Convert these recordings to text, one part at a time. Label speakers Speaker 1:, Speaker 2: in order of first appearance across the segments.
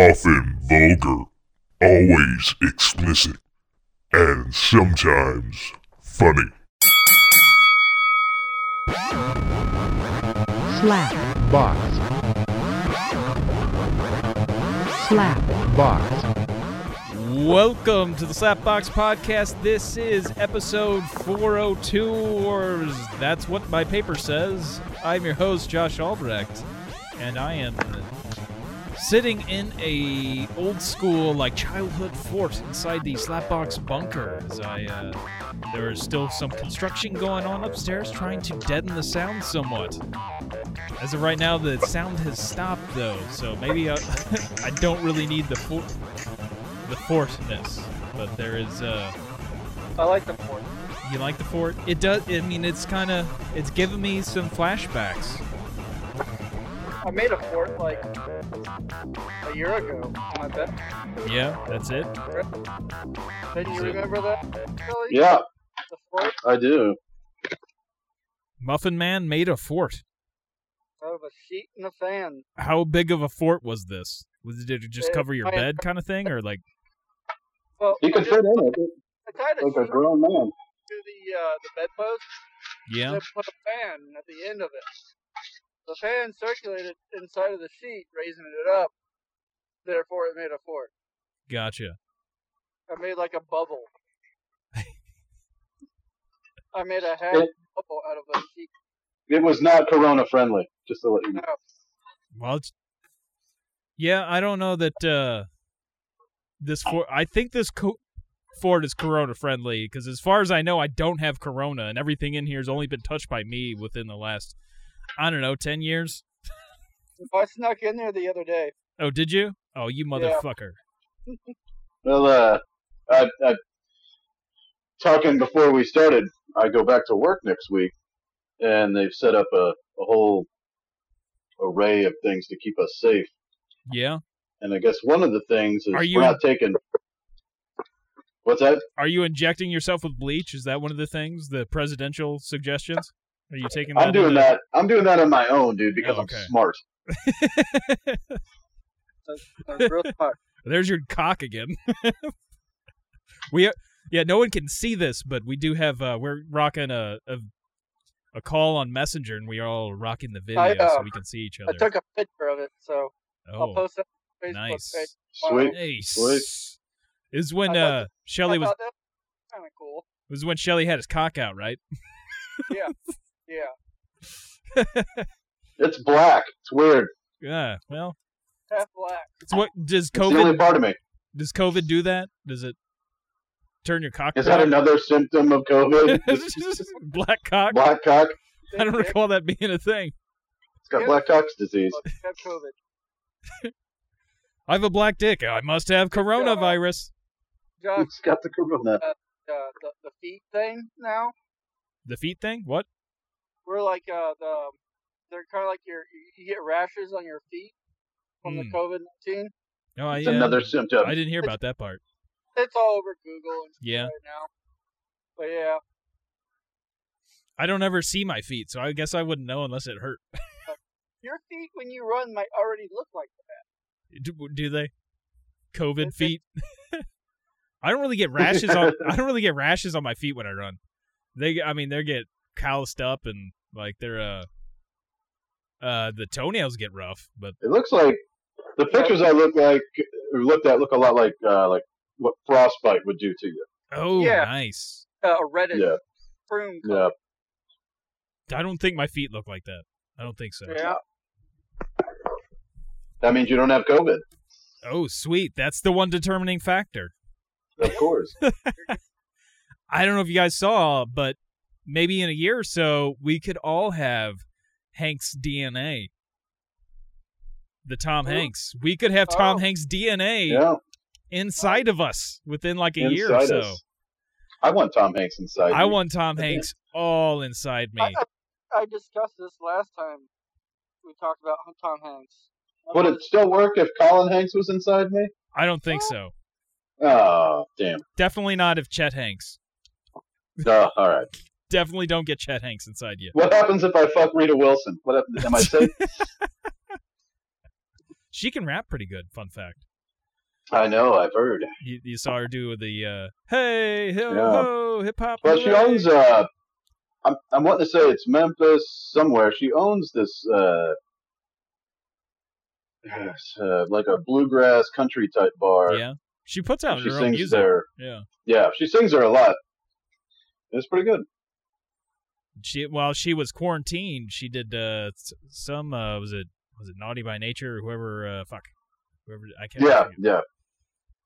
Speaker 1: often vulgar, always explicit, and sometimes funny.
Speaker 2: slap
Speaker 3: box,
Speaker 2: slap
Speaker 3: box.
Speaker 4: Welcome to the Slapbox Podcast. This is episode 402, or that's what my paper says. I'm your host, Josh Albrecht, and I am sitting in a old school, like childhood fort inside the Slapbox bunker. As I, uh, there is still some construction going on upstairs, trying to deaden the sound somewhat. As of right now, the sound has stopped though, so maybe I, I don't really need the fort the fortness, but there is uh
Speaker 5: I like the fourth.
Speaker 4: you like the fort? It does I mean it's kind of it's giving me some flashbacks.
Speaker 5: I made a fourth like a year ago on my bed.
Speaker 4: Yeah, that's it.
Speaker 5: Didn't you remember that? Billy?
Speaker 6: Yeah,
Speaker 5: The fourth?
Speaker 6: I do.
Speaker 4: Muffin Man made a fort.
Speaker 5: Out of a sheet and a fan.
Speaker 4: How big of a fort was this? Was it, did it just
Speaker 5: Uh,
Speaker 4: cover your
Speaker 5: I-
Speaker 4: bed kind of thing or like
Speaker 5: Well,
Speaker 6: You
Speaker 5: I
Speaker 6: could
Speaker 5: just-
Speaker 6: fit in it
Speaker 5: I tied a sheet
Speaker 6: like a
Speaker 5: to
Speaker 6: grown man.
Speaker 5: the uh, the bedpost
Speaker 4: yeah?
Speaker 5: and put a fan at the end of it. The fan circulated inside of the sheet, raising it up. Therefore, it made a fort.
Speaker 4: Gotcha.
Speaker 5: I made like a bubble. I made a half
Speaker 6: It-
Speaker 5: bubble out of a sheet.
Speaker 6: It was not Corona friendly, just to let you know.
Speaker 5: No,
Speaker 4: Well, it's, yeah, I don't know that uh this
Speaker 6: Oh.
Speaker 4: fort I think this co- fort is corona friendly because as far as I know I don't have corona and everything in here has only been touched by me within the last I don't know, 10 years.
Speaker 5: I snuck in there the other day.
Speaker 4: Oh, did you? Oh, you motherfucker.
Speaker 6: Well, uh, I, I, talking before we started, I go back to work next week, and they've set up a, a whole array of things to keep us safe.
Speaker 4: Yeah.
Speaker 6: And I guess one of the things is
Speaker 4: Are you-
Speaker 6: we're not taking. What's that?
Speaker 4: Are you injecting yourself with bleach? Is that one of the things? The presidential suggestions? Are you taking that?
Speaker 6: I'm doing
Speaker 4: into-
Speaker 6: that. I'm doing that on my own, dude, because
Speaker 4: Okay.
Speaker 6: I'm smart.
Speaker 5: I was real smart.
Speaker 4: There's your cock again. we are, yeah, no one can see this, but we do have uh we're rocking a a, a call on Messenger and we are all rocking the video
Speaker 5: I,
Speaker 4: so
Speaker 5: uh,
Speaker 4: we can see each
Speaker 5: I
Speaker 4: other.
Speaker 5: took a picture of it, so I'll
Speaker 4: oh,
Speaker 5: post it on the Facebook
Speaker 4: nice.
Speaker 5: page.
Speaker 6: Sweet.
Speaker 4: Nice.
Speaker 6: Sweet.
Speaker 4: This is when
Speaker 5: I thought
Speaker 4: uh Shelly
Speaker 5: I
Speaker 4: was
Speaker 5: thought that was kind of cool.
Speaker 4: this is when Shelly had his cock out, right?
Speaker 5: Yeah.
Speaker 6: It's black. It's weird.
Speaker 4: Yeah. Well,
Speaker 5: Half black.
Speaker 4: it's what does
Speaker 6: It's the
Speaker 4: COVID
Speaker 6: only part of me.
Speaker 4: Does COVID do that? Does it turn your cock?
Speaker 6: Is that
Speaker 4: black?
Speaker 6: another symptom of COVID?
Speaker 4: black cock?
Speaker 6: black cock.
Speaker 4: I don't recall that being a thing.
Speaker 6: It's got black cock's disease.
Speaker 5: But had COVID.
Speaker 4: I have a black dick. I must have coronavirus.
Speaker 5: Josh,
Speaker 6: It's got the corona.
Speaker 5: uh, the, the feet thing now,
Speaker 4: The feet thing? What?
Speaker 5: we're like uh, the, they're kind of like your, you get rashes on your feet from the
Speaker 4: Hmm.
Speaker 5: COVID nineteen.
Speaker 4: No, I,
Speaker 6: It's
Speaker 4: uh,
Speaker 6: another symptom.
Speaker 4: I didn't hear about that part.
Speaker 5: It's all over Google and stuff
Speaker 4: Yeah.
Speaker 5: right now. But yeah,
Speaker 4: I don't ever see my feet, so I guess I wouldn't know unless it hurt.
Speaker 5: your feet when you run might already look like
Speaker 4: Do, do they? COVID
Speaker 5: That's it.
Speaker 4: feet. I don't really get rashes on. I don't really get rashes on my feet when I run. They, I mean, they get calloused up and like they're uh, uh, the toenails get rough. But
Speaker 6: It looks like the pictures I look like or looked at look a lot like uh, like what frostbite would do to you.
Speaker 4: oh,
Speaker 5: Yeah.
Speaker 4: nice.
Speaker 5: uh, a reddish
Speaker 6: Yeah,
Speaker 5: prune.
Speaker 6: yeah.
Speaker 4: I don't think my feet look like that. I don't think so.
Speaker 5: Yeah.
Speaker 6: That means you don't have COVID,
Speaker 4: Oh, sweet. That's the one determining factor.
Speaker 6: of course.
Speaker 4: I don't know if you guys saw, but maybe in a year or so, we could all have Hank's DNA. The Tom
Speaker 5: Oh.
Speaker 4: Hanks. We could have Tom
Speaker 5: Oh.
Speaker 4: Hanks' DNA
Speaker 6: yeah,
Speaker 4: inside of us within like a
Speaker 6: inside
Speaker 4: year or so.
Speaker 6: us. I want Tom Hanks inside.
Speaker 4: I
Speaker 6: me.
Speaker 4: want Tom
Speaker 6: Okay.
Speaker 4: Hanks all inside me.
Speaker 5: I, I discussed this last time we talked about Tom Hanks.
Speaker 6: Would it still work if Colin Hanks was inside me?
Speaker 4: I don't think so.
Speaker 6: Oh, damn.
Speaker 4: Definitely not if Chet Hanks.
Speaker 6: Duh, all right.
Speaker 4: Definitely don't get Chet Hanks inside you.
Speaker 6: What happens if I fuck Rita Wilson? What hap- am I safe?
Speaker 4: She can rap pretty good. Fun fact.
Speaker 6: I know, I've heard.
Speaker 4: You, you saw her do the uh, hey ho
Speaker 6: Yeah.
Speaker 4: ho hip hop.
Speaker 6: Well, she
Speaker 4: hooray.
Speaker 6: owns. Uh, I'm I'm wanting to say it's Memphis somewhere. She owns this, uh, yes, uh, like a bluegrass country type bar.
Speaker 4: Yeah, she puts out
Speaker 6: she
Speaker 4: her own
Speaker 6: sings
Speaker 4: music.
Speaker 6: there.
Speaker 4: Yeah,
Speaker 6: Yeah, she sings there a lot. It's pretty good.
Speaker 4: she while she was quarantined, she did uh, s- some uh, was it was it Naughty by Nature or whoever uh, fuck whoever I can't
Speaker 6: Yeah,
Speaker 4: remember.
Speaker 6: yeah.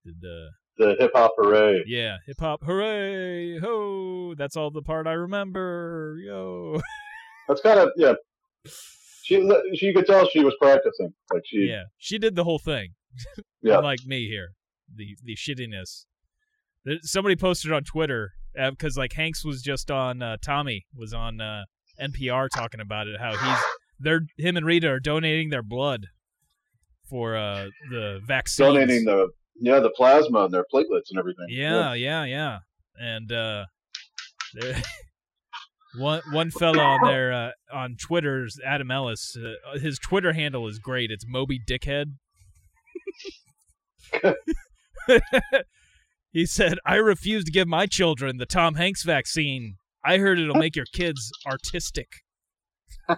Speaker 4: did uh,
Speaker 6: The hip hop hooray.
Speaker 4: yeah hip hop hooray ho that's all the part I remember yo
Speaker 6: That's kind of yeah. She she could tell she was practicing. Like she
Speaker 4: yeah she did the whole thing
Speaker 6: yeah.
Speaker 4: unlike me here. The the shittiness. There, somebody posted on Twitter because like Hanks was just on uh, Tommy was on uh, NPR talking about it how he's they're him and Rita are donating their blood for uh, the vaccine.
Speaker 6: donating the yeah the plasma and their platelets and everything.
Speaker 4: Yeah, yeah, yeah. And uh, there- one one fellow on there uh, on Twitter, Adam Ellis. Uh, his Twitter handle is great. It's Moby Dickhead. he said, "I refuse to give my children the Tom Hanks vaccine. I heard it'll make your kids artistic."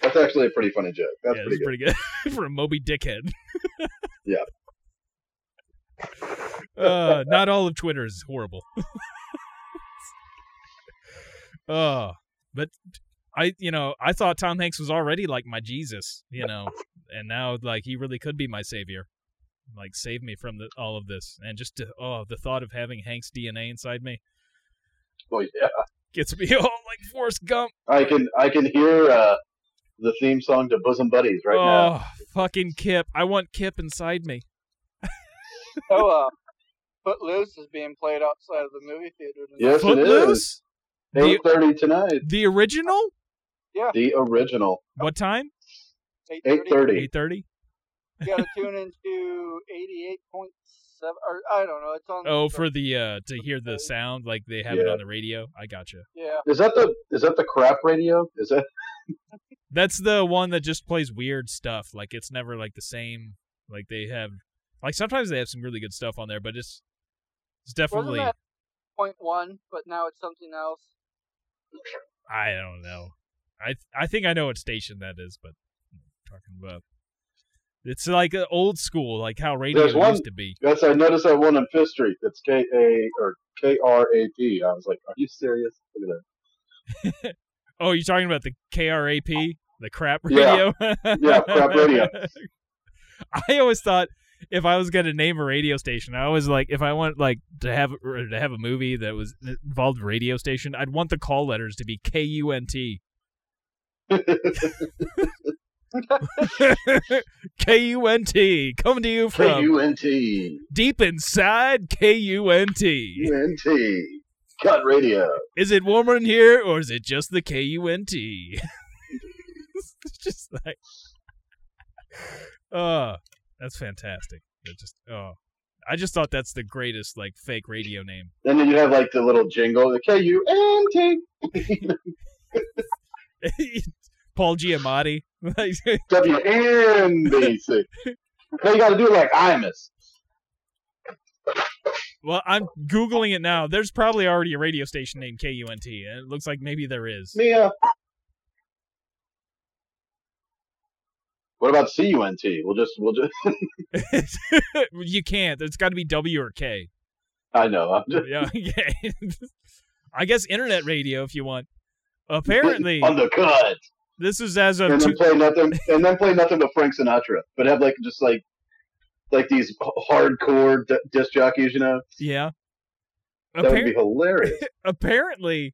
Speaker 6: That's actually a pretty funny joke. That's
Speaker 4: yeah, it's
Speaker 6: pretty good.
Speaker 4: pretty good for a Moby Dickhead.
Speaker 6: Yeah.
Speaker 4: Uh, not all of Twitter is horrible. oh, but I, you know, I thought Tom Hanks was already like my Jesus, you know, and now like he really could be my savior. Like save me from the, all of this, and just to, oh, the thought of having Hank's DNA inside me
Speaker 6: Oh, yeah.
Speaker 4: gets me all like Forrest Gump.
Speaker 6: I can I can hear uh, the theme song to Bosom Buddies right
Speaker 4: oh,
Speaker 6: now.
Speaker 4: fucking Kip! I want Kip inside me.
Speaker 5: Oh, uh, Footloose is being played outside of the movie theater. tonight.
Speaker 6: Yes, it is.
Speaker 4: Footloose,
Speaker 6: Eight thirty tonight.
Speaker 4: the original.
Speaker 6: The original.
Speaker 4: What time?
Speaker 6: Eight
Speaker 5: 8:30.
Speaker 6: thirty.
Speaker 4: Eight thirty.
Speaker 5: You gotta tune into 88.7, or I don't know. It's on.
Speaker 4: Oh, for the uh to hear the sound like they have it
Speaker 6: Yeah.
Speaker 4: on the radio. I gotcha.
Speaker 5: yeah.
Speaker 6: Is that the is that the crap radio? Is that
Speaker 4: That's the one that just plays weird stuff. Like it's never like the same. Like they have, like sometimes they have some really good stuff on there, but it's it's
Speaker 5: Wasn't
Speaker 4: definitely
Speaker 5: that point one? But now it's something else.
Speaker 4: I don't know. I I think I know what station that is, but I'm talking about it's like uh, old school, like how radio
Speaker 6: There's one-
Speaker 4: used to be.
Speaker 6: yes? I noticed that one on Fifth Street. That's K A or K R A P. I was like, are you serious? Look at
Speaker 4: Oh, you're talking about the KRAP, the crap radio?
Speaker 6: Yeah. Yeah, crap radio.
Speaker 4: I always thought if I was going to name a radio station, I always like if I want like to have or to have a movie that was that involved radio station, I'd want the call letters to be K U N T. K U N T. Coming to you
Speaker 6: that. K
Speaker 4: from
Speaker 6: U N T
Speaker 4: deep inside K U N T.
Speaker 6: U N T. Cut radio.
Speaker 4: Is it warmer in here or is it just the K U N T? It's just like Oh, that's fantastic. That just oh. I just thought that's the greatest like fake radio name.
Speaker 6: And then you have like the little jingle, the K U N T
Speaker 4: Paul Giamatti. Like,
Speaker 6: W N B C. Now you got to do it like Imus.
Speaker 4: well, I'm googling it now. There's probably already a radio station named KUNT. and It looks like maybe there is.
Speaker 6: Mia. What about C U N T? We'll just we'll just.
Speaker 4: you can't. There's got to be W or K.
Speaker 6: I know. I'm just
Speaker 4: Yeah, okay. I guess internet radio if you want. Apparently,
Speaker 6: undercut,
Speaker 4: this is as of
Speaker 6: and
Speaker 4: two-
Speaker 6: then play nothing, and then play nothing but Frank Sinatra, but have like just like like these h- hardcore d- disc jockeys, you know.
Speaker 4: yeah.
Speaker 6: That would
Speaker 4: Appar-
Speaker 6: be hilarious.
Speaker 4: apparently,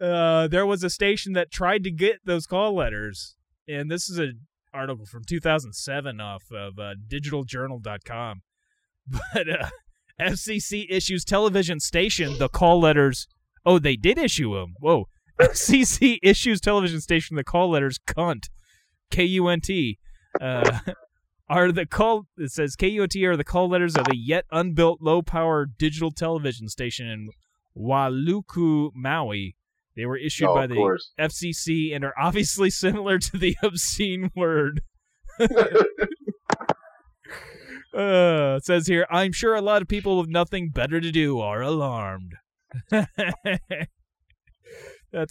Speaker 4: uh, there was a station that tried to get those call letters, and this is an article from 2007 off of uh, digitaljournal.com. But uh, FCC issues television station the call letters. Oh, they did issue them. Whoa. FCC issues television station the call letters cunt, K U N T. Uh, are the call it says KUNT are the call letters of a yet unbuilt low power digital television station in Waluku, Maui, They were issued
Speaker 6: Oh,
Speaker 4: by
Speaker 6: of
Speaker 4: the
Speaker 6: course.
Speaker 4: FCC and are obviously similar to the obscene word. Uh, it says here, I'm sure a lot of people with nothing better to do are alarmed. That's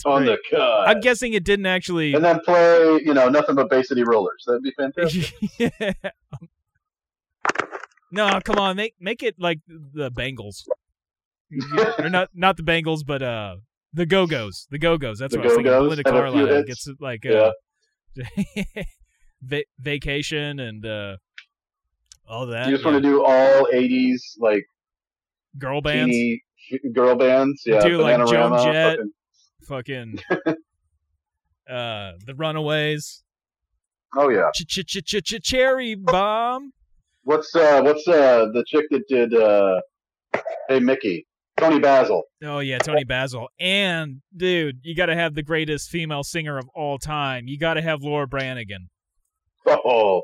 Speaker 6: on
Speaker 4: great.
Speaker 6: the cut.
Speaker 4: I'm guessing it didn't actually.
Speaker 6: and then play, you know, nothing but Bay City Rollers. That'd be fantastic.
Speaker 4: Yeah. No, come on, make make it like the Bengals, or not not the Bengals, but uh the Go Go's, the Go Go's. That's
Speaker 6: The
Speaker 4: what I was thinking.
Speaker 6: Go-Go's
Speaker 4: Belinda
Speaker 6: have a few
Speaker 4: Carlisle
Speaker 6: hits.
Speaker 4: gets like
Speaker 6: Yeah.
Speaker 4: uh, va- vacation and uh all that.
Speaker 6: you just
Speaker 4: yeah.
Speaker 6: want to do all '80s like
Speaker 4: girl bands,
Speaker 6: teeny girl bands. Yeah,
Speaker 4: Do, like, Joan
Speaker 6: Bananarama,
Speaker 4: Jett.
Speaker 6: fucking-
Speaker 4: fucking uh the Runaways,
Speaker 6: oh yeah.
Speaker 4: Ch- ch- ch- ch- ch- Cherry Bomb.
Speaker 6: What's uh what's uh the chick that did uh Hey Mickey? Tony Basil.
Speaker 4: Oh yeah, Tony Basil. And dude, you got to have the greatest female singer of all time. You got to have Laura Branigan.
Speaker 6: Oh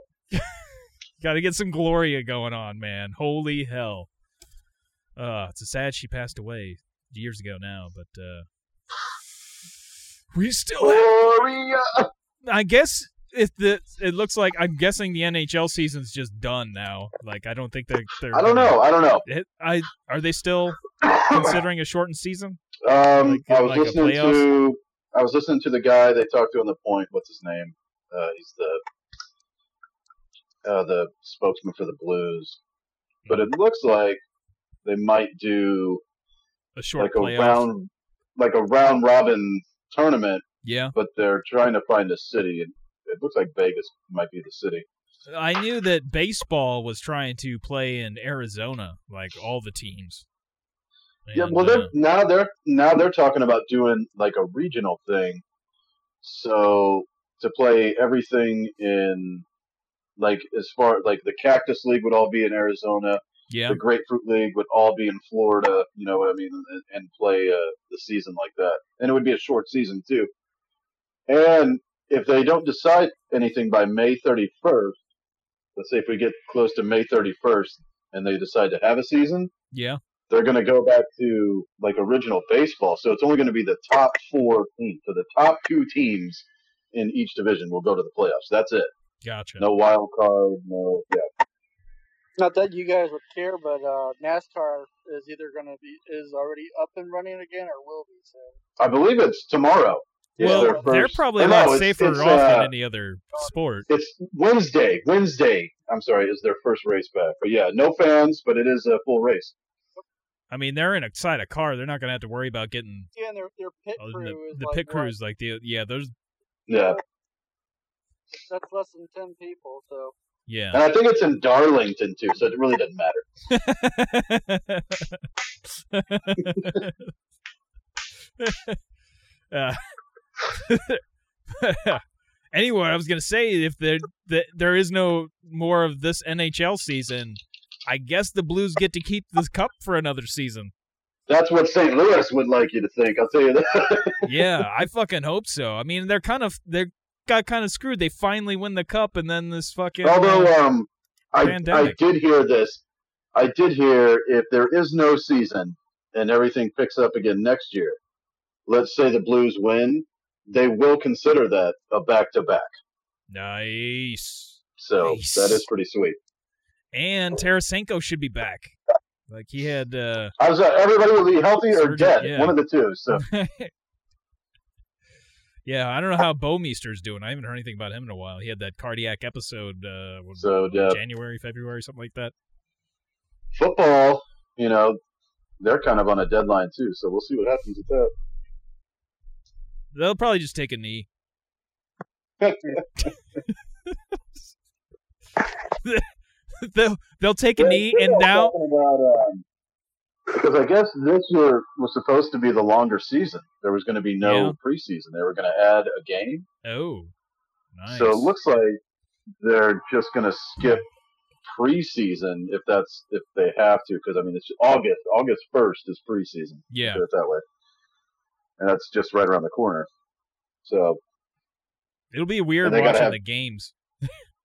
Speaker 4: Got to get some Gloria going on, man. Holy hell. Uh, it's a sad she passed away years ago now, but uh we still have
Speaker 6: Gloria
Speaker 4: I guess if the it looks like I'm guessing the NHL season's just done now. Like I don't think they're, they're
Speaker 6: I don't
Speaker 4: gonna-
Speaker 6: know, I don't know.
Speaker 4: It- I are they still considering a shortened season?
Speaker 6: um
Speaker 4: Like,
Speaker 6: I was
Speaker 4: like a
Speaker 6: listening to I was listening to the guy they talked to on the point, what's his name? Uh he's the uh the spokesman for the blues. But it looks like they might do
Speaker 4: A short
Speaker 6: like a
Speaker 4: playoff.
Speaker 6: round like a round robin tournament,
Speaker 4: yeah.
Speaker 6: but they're trying to find a city and it looks like Vegas might be the city.
Speaker 4: I knew that baseball was trying to play in Arizona, like all the teams.
Speaker 6: Yeah,
Speaker 4: And, uh,
Speaker 6: well, they're now they're now they're talking about doing like a regional thing, so to play everything in like as far like the Cactus League would all be in Arizona,
Speaker 4: yeah,
Speaker 6: the Grapefruit League would all be in Florida. You know what I mean? And, and play uh, the season like that, and it would be a short season too. And if they don't decide anything by May 31st, let's say if we get close to May 31st and they decide to have a season,
Speaker 4: yeah.
Speaker 6: they're going to go back to like original baseball. So it's only going to be the top four teams. So the top two teams in each division will go to the playoffs. That's it.
Speaker 4: Gotcha.
Speaker 6: No wild card. No. Yeah.
Speaker 5: Not that you guys would care, but uh, NASCAR is either going to be is already up and running again or will be soon.
Speaker 6: I believe it's tomorrow. is
Speaker 4: well,
Speaker 6: their
Speaker 4: they're
Speaker 6: first-
Speaker 4: probably
Speaker 6: or
Speaker 4: a
Speaker 6: no,
Speaker 4: lot
Speaker 6: it's-
Speaker 4: safer
Speaker 6: it's,
Speaker 4: off than
Speaker 6: uh,
Speaker 4: any other sport.
Speaker 6: It's Wednesday. Wednesday. I'm sorry, is their first race back. But yeah, no fans, but it is a full race.
Speaker 4: I mean, they're in a side of car. They're not going to have to worry about getting
Speaker 5: Yeah, and their their pit
Speaker 4: oh,
Speaker 5: crew
Speaker 4: the,
Speaker 5: is
Speaker 4: the
Speaker 5: like,
Speaker 4: pit
Speaker 5: what?
Speaker 4: crews like the yeah. There's
Speaker 6: Yeah.
Speaker 5: That's less than ten people, so
Speaker 4: yeah.
Speaker 6: And I think it's in Darlington too, so it really doesn't matter.
Speaker 4: Uh, anyway, I was gonna say if there the, there is no more of this NHL season, I guess the Blues get to keep this cup for another season.
Speaker 6: That's what St. Louis would like you to think. I'll tell you that.
Speaker 4: yeah, I fucking hope so. I mean, they're kind of they got kind of screwed. They finally win the cup, and then this fucking
Speaker 6: Although um, I, I
Speaker 4: Pandemic.
Speaker 6: did hear this. I did hear if there is no season and everything picks up again next year, let's say the Blues win, they will consider that a back to back.
Speaker 4: nice.
Speaker 6: So
Speaker 4: Nice.
Speaker 6: that is pretty sweet.
Speaker 4: And Tarasenko should be back. Like he had. uh
Speaker 6: I was uh, everybody will be healthy or
Speaker 4: Surgery,
Speaker 6: dead,
Speaker 4: yeah.
Speaker 6: one of the two. So
Speaker 4: Yeah, I don't know how Bowmeister's doing. I haven't heard anything about him in a while. He had that cardiac episode. Uh, what-
Speaker 6: so yeah,
Speaker 4: January, February, something like that.
Speaker 6: football, you know, they're kind of on a deadline too. So we'll see what happens with that.
Speaker 4: They'll probably just take a knee. they'll they'll take a knee, and now
Speaker 6: um, because I guess this year was supposed to be the longer season. There was going to be no
Speaker 4: Yeah.
Speaker 6: preseason. They were going to add a game,
Speaker 4: oh, nice.
Speaker 6: so it looks like they're just going to skip preseason if that's if they have to. Because I mean, it's August. August first is preseason.
Speaker 4: yeah.
Speaker 6: Put it that way, and that's just right around the corner. So
Speaker 4: It'll be weird
Speaker 6: And they gotta
Speaker 4: watching
Speaker 6: have-
Speaker 4: the games.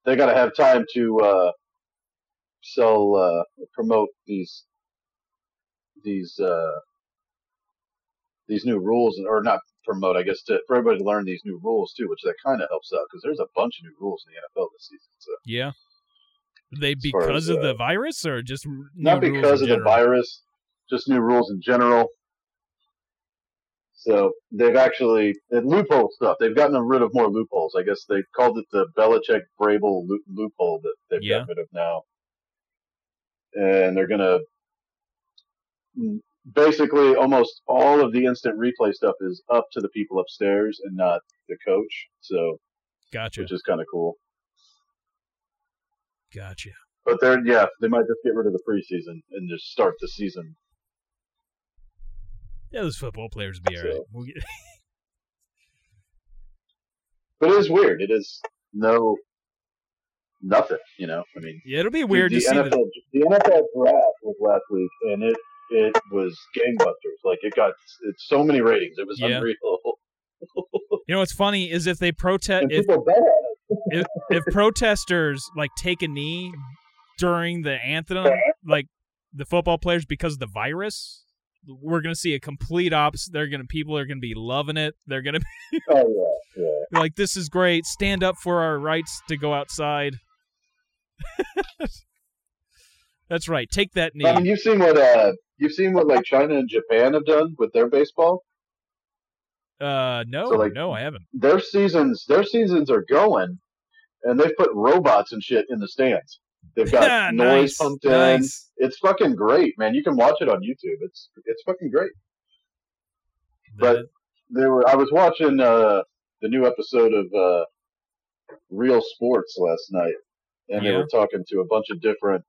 Speaker 6: they got to have time to uh, sell, uh, promote these these uh, these new rules, or not promote, I guess, to, for everybody to learn these new rules too, which that kind of helps out because there's a bunch of new rules in the NFL this season. So
Speaker 4: Yeah. They
Speaker 6: As far
Speaker 4: because
Speaker 6: as,
Speaker 4: of
Speaker 6: uh,
Speaker 4: the virus or just r-
Speaker 6: not
Speaker 4: new rules
Speaker 6: because
Speaker 4: in
Speaker 6: of the
Speaker 4: general?
Speaker 6: virus, just new rules in general. So they've actually the loophole stuff. They've gotten rid of more loopholes. I guess they called it the Belichick Brable loo- loophole that they've
Speaker 4: Yeah.
Speaker 6: got rid of now, and they're gonna basically almost all of the instant replay stuff is up to the people upstairs and not the coach. So
Speaker 4: Gotcha.
Speaker 6: which is kind of cool.
Speaker 4: Gotcha.
Speaker 6: But they're yeah, they might just get rid of the preseason and just start the season
Speaker 4: Yeah, those football players will be all right.
Speaker 6: So-
Speaker 4: We'll get-
Speaker 6: But it is weird. It is no nothing. You know, I mean,
Speaker 4: yeah, it'll be weird
Speaker 6: the,
Speaker 4: to see
Speaker 6: NFL.
Speaker 4: the
Speaker 6: The NFL draft was last week, and it it was gangbusters. Like it got it's so many ratings. It was
Speaker 4: Yeah.
Speaker 6: unreal.
Speaker 4: You know what's funny is if they protest
Speaker 6: And
Speaker 4: if
Speaker 6: people bet on it.
Speaker 4: if protesters like take a knee during the anthem, like the football players because of the virus, we're gonna see a complete opposite. They're gonna people are gonna be loving it. They're gonna be
Speaker 6: Oh yeah, yeah.
Speaker 4: like, "This is great. Stand up for our rights to go outside." That's right. Take that
Speaker 6: I mean,
Speaker 4: knee.
Speaker 6: you've seen what uh, you've seen what like China and Japan have done with their baseball.
Speaker 4: Uh, no,
Speaker 6: So, like-
Speaker 4: no, I haven't.
Speaker 6: Their seasons, their seasons are going, and they've put robots and shit in the stands. They've got
Speaker 4: Ah,
Speaker 6: noise
Speaker 4: nice,
Speaker 6: pumped in.
Speaker 4: nice.
Speaker 6: It's fucking great, man. You can watch it on YouTube. It's it's fucking great.
Speaker 4: Uh,
Speaker 6: But there were I was watching uh the new episode of uh Real Sports last night and they
Speaker 4: Yeah.
Speaker 6: were talking to a bunch of different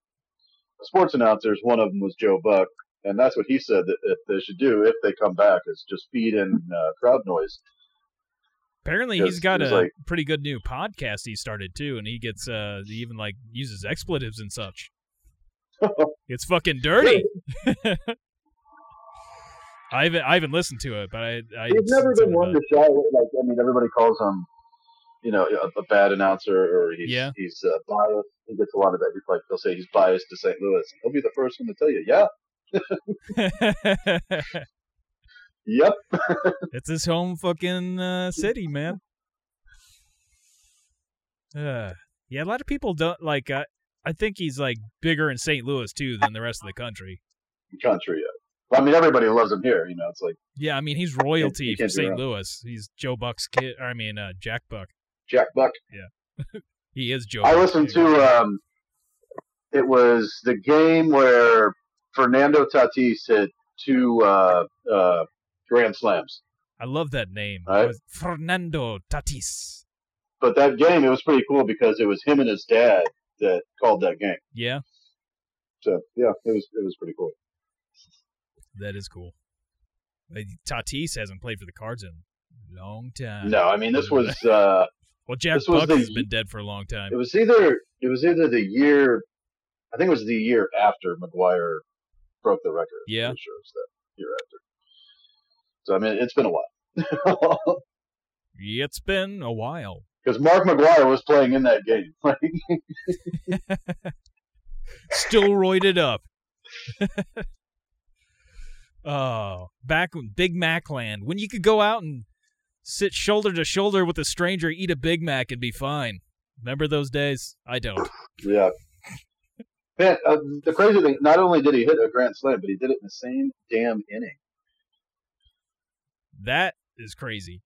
Speaker 6: sports announcers. One of them was Joe Buck, and that's what he said that, that they should do if they come back is just feed in uh, crowd noise.
Speaker 4: Apparently,
Speaker 6: Because
Speaker 4: he's got
Speaker 6: there's,
Speaker 4: a
Speaker 6: like-
Speaker 4: pretty good new podcast he started too, and he gets uh he even like uses expletives and such. it's fucking dirty. I haven't I haven't listened to it, but I I
Speaker 6: He's never
Speaker 4: some
Speaker 6: been
Speaker 4: of
Speaker 6: one
Speaker 4: it.
Speaker 6: to shy. away- Like I mean, everybody calls him, you know, a, a bad announcer, or he's
Speaker 4: Yeah.
Speaker 6: he's uh, biased. He gets a lot of that. He's like they'll say he's biased to St. Louis. He'll be the first one to tell you, yeah, yep,
Speaker 4: it's his home fucking uh, city, man. Uh, yeah, a lot of people don't like. I I think he's like bigger in St. Louis too than the rest of the country.
Speaker 6: country. Yeah. I mean, everybody loves him here. You know, it's like
Speaker 4: Yeah, I mean he's royalty
Speaker 6: you
Speaker 4: from
Speaker 6: can't be
Speaker 4: St.
Speaker 6: wrong.
Speaker 4: Louis. He's Joe Buck's kid. Or I mean uh, Jack Buck.
Speaker 6: Jack Buck.
Speaker 4: He is Joe.
Speaker 6: I
Speaker 4: Buck.
Speaker 6: listened to um, it was the game where Fernando Tatis hit two uh, uh, grand slams.
Speaker 4: I love that name.
Speaker 6: Right.
Speaker 4: It was Fernando Tatis.
Speaker 6: But that game, it was pretty cool because it was him and his dad that called that game.
Speaker 4: Yeah,
Speaker 6: So yeah, it was it was pretty cool.
Speaker 4: that is cool. Uh, Tatis hasn't played for the Cards in a long time.
Speaker 6: No, I mean this was uh,
Speaker 4: Well, Jack
Speaker 6: This was
Speaker 4: Buck
Speaker 6: the-
Speaker 4: has been dead for a long time.
Speaker 6: it was either it was either the year, I think it was the year after McGuire broke the record. I'm
Speaker 4: Yeah.
Speaker 6: pretty sure it was that year after. So I mean, it's been a while.
Speaker 4: It's been a while.
Speaker 6: Because Mark McGuire was playing in that game. Like,
Speaker 4: Still roided up. oh, back when Big Mac land, when you could go out and sit shoulder to shoulder with a stranger, eat a Big Mac, and be fine. Remember those days? I don't.
Speaker 6: yeah. Man, uh, the crazy thing, not only did he hit a grand slam, but he did it in the same damn inning.
Speaker 4: That is crazy.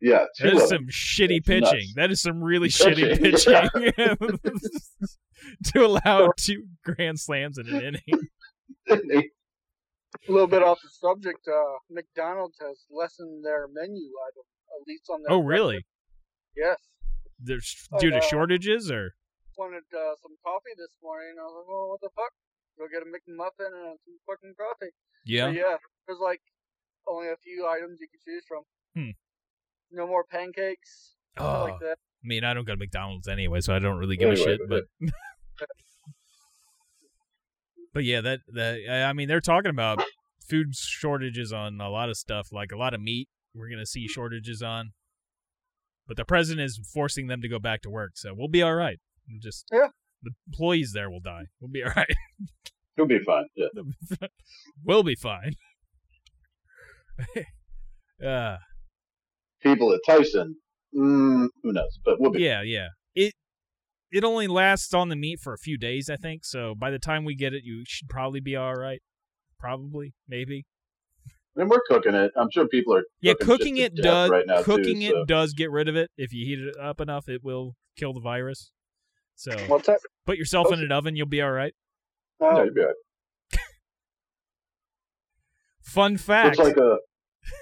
Speaker 6: Yeah, two
Speaker 4: That is
Speaker 6: of
Speaker 4: some shitty
Speaker 6: That's nuts.
Speaker 4: pitching. That is some really shitty
Speaker 6: Pitching,
Speaker 4: pitching to allow two grand slams in an inning.
Speaker 6: them.
Speaker 5: A little bit off the subject, uh, McDonald's has lessened their menu item, at least on their.
Speaker 4: Oh, really?
Speaker 5: Yes.
Speaker 4: There's
Speaker 5: Oh,
Speaker 4: due to
Speaker 5: wow.
Speaker 4: shortages, or
Speaker 5: Wanted uh, some coffee this morning. I was like, well, what the fuck? Go get a McMuffin and some fucking coffee.
Speaker 4: yeah,
Speaker 5: But yeah, there's like only a few items you can choose from.
Speaker 4: Hmm.
Speaker 5: No more pancakes. stuff
Speaker 4: Oh,
Speaker 5: like that.
Speaker 4: I mean, I don't go to McDonald's anyway, so I don't really give a
Speaker 6: Anyway,
Speaker 4: shit. But but yeah, that that I I mean, they're talking about food shortages on a lot of stuff, like a lot of meat. We're gonna see shortages on, but the president is forcing them to go back to work, so we'll be all right. We'll Just
Speaker 5: Yeah.
Speaker 4: the employees there will die. We'll be all right.
Speaker 6: He'll be fine. Yeah.
Speaker 4: we'll be fine. uh,
Speaker 6: people at Tyson, mm, who knows? But we'll be.
Speaker 4: Yeah, yeah. It it only lasts on the meat for a few days, I think. So by the time we get it, you should probably be all right. Probably, maybe.
Speaker 6: And we're cooking it. I'm sure people are.
Speaker 4: Yeah,
Speaker 6: cooking,
Speaker 4: cooking
Speaker 6: shit
Speaker 4: it
Speaker 6: to death
Speaker 4: does
Speaker 6: Right now
Speaker 4: cooking
Speaker 6: too,
Speaker 4: it
Speaker 6: so.
Speaker 4: does get rid of it. If you heat it up enough, it will kill the virus. So
Speaker 5: Well, te-
Speaker 4: put yourself in
Speaker 5: Okay.
Speaker 4: an oven, you'll be all right.
Speaker 6: No,
Speaker 5: no,
Speaker 6: you'd be all right.
Speaker 4: Fun fact:
Speaker 6: Looks like a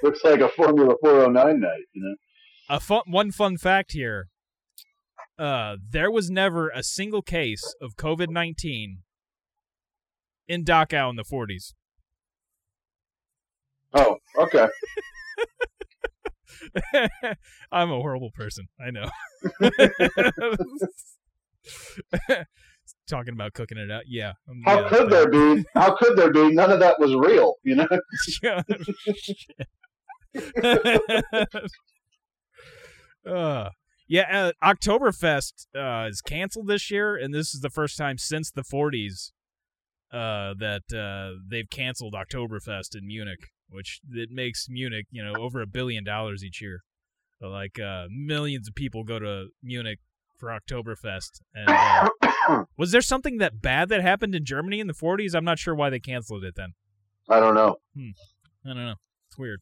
Speaker 6: looks like a Formula 409 night. You know,
Speaker 4: a fun one fun fact here. Uh, there was never a single case of COVID nineteen in Dachau in the forties.
Speaker 6: Oh, okay.
Speaker 4: I'm a horrible person. I know. Talking about cooking it out. Yeah. I'm-
Speaker 6: How
Speaker 4: yeah,
Speaker 6: could
Speaker 4: I-
Speaker 6: there be? How could there be? None of that was real. You know.
Speaker 4: Yeah. uh, yeah, uh, Oktoberfest uh, is canceled this year, and this is the first time since the 40s uh, that uh, they've canceled Oktoberfest in Munich, which it makes Munich, you know, over a billion dollars each year. So, like uh, millions of people go to Munich for Oktoberfest. And uh, was there something that bad that happened in Germany in the 40s? I'm not sure why they canceled it then.
Speaker 6: I don't know.
Speaker 4: I don't know. It's weird.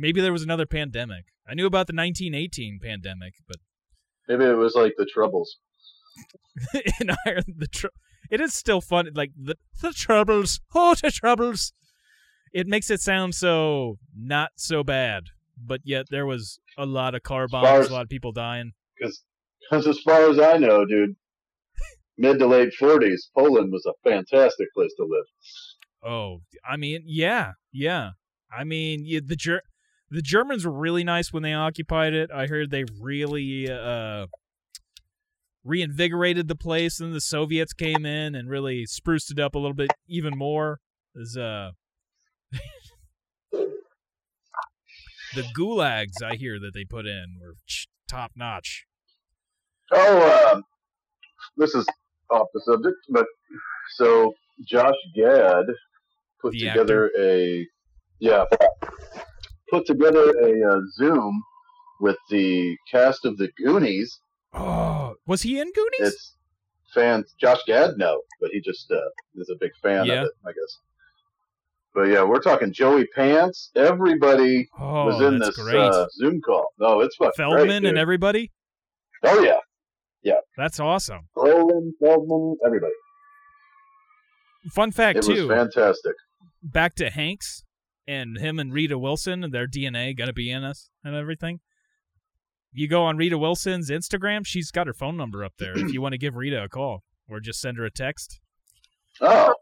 Speaker 4: Maybe there was another pandemic. I knew about the 1918 pandemic, but
Speaker 6: Maybe it was like the Troubles.
Speaker 4: in Ireland, the tr- it is still fun. Like the the troubles, oh the troubles. It makes it sound so not so bad, but yet there was a lot of car bombs,
Speaker 6: Bars.
Speaker 4: a lot of people dying.
Speaker 6: Because as far as I know, dude, mid to late 40s, Poland was a fantastic place to live.
Speaker 4: Oh, I mean, yeah, yeah. I mean, yeah, the Ger- the Germans were really nice when they occupied it. I heard they really uh, reinvigorated the place, and the Soviets came in and really spruced it up a little bit even more. There's, uh, the gulags I hear that they put in were top notch.
Speaker 6: Oh, um, this is off the subject, but so Josh Gad put
Speaker 4: The
Speaker 6: together a yeah put together a uh, Zoom with the cast of the Goonies.
Speaker 4: Oh, was he in Goonies?
Speaker 6: It's fans. Josh Gad, no, but he just uh, is a big fan
Speaker 4: Yeah.
Speaker 6: of it, I guess. But yeah, we're talking Joey Pants. Everybody
Speaker 4: oh,
Speaker 6: was in
Speaker 4: that's
Speaker 6: this
Speaker 4: great.
Speaker 6: uh, Zoom call. No, it's fucking great,
Speaker 4: Feldman
Speaker 6: dude.
Speaker 4: and everybody.
Speaker 6: oh yeah,
Speaker 4: That's awesome.
Speaker 6: Roland Feldman, everybody.
Speaker 4: Fun fact
Speaker 6: It was
Speaker 4: too.
Speaker 6: fantastic.
Speaker 4: back to Hanks and him and Rita Wilson and their DNA gonna be in us and everything. You go on Rita Wilson's Instagram, she's got her phone number up there if you want to give Rita a call or just send her a text.
Speaker 6: Oh,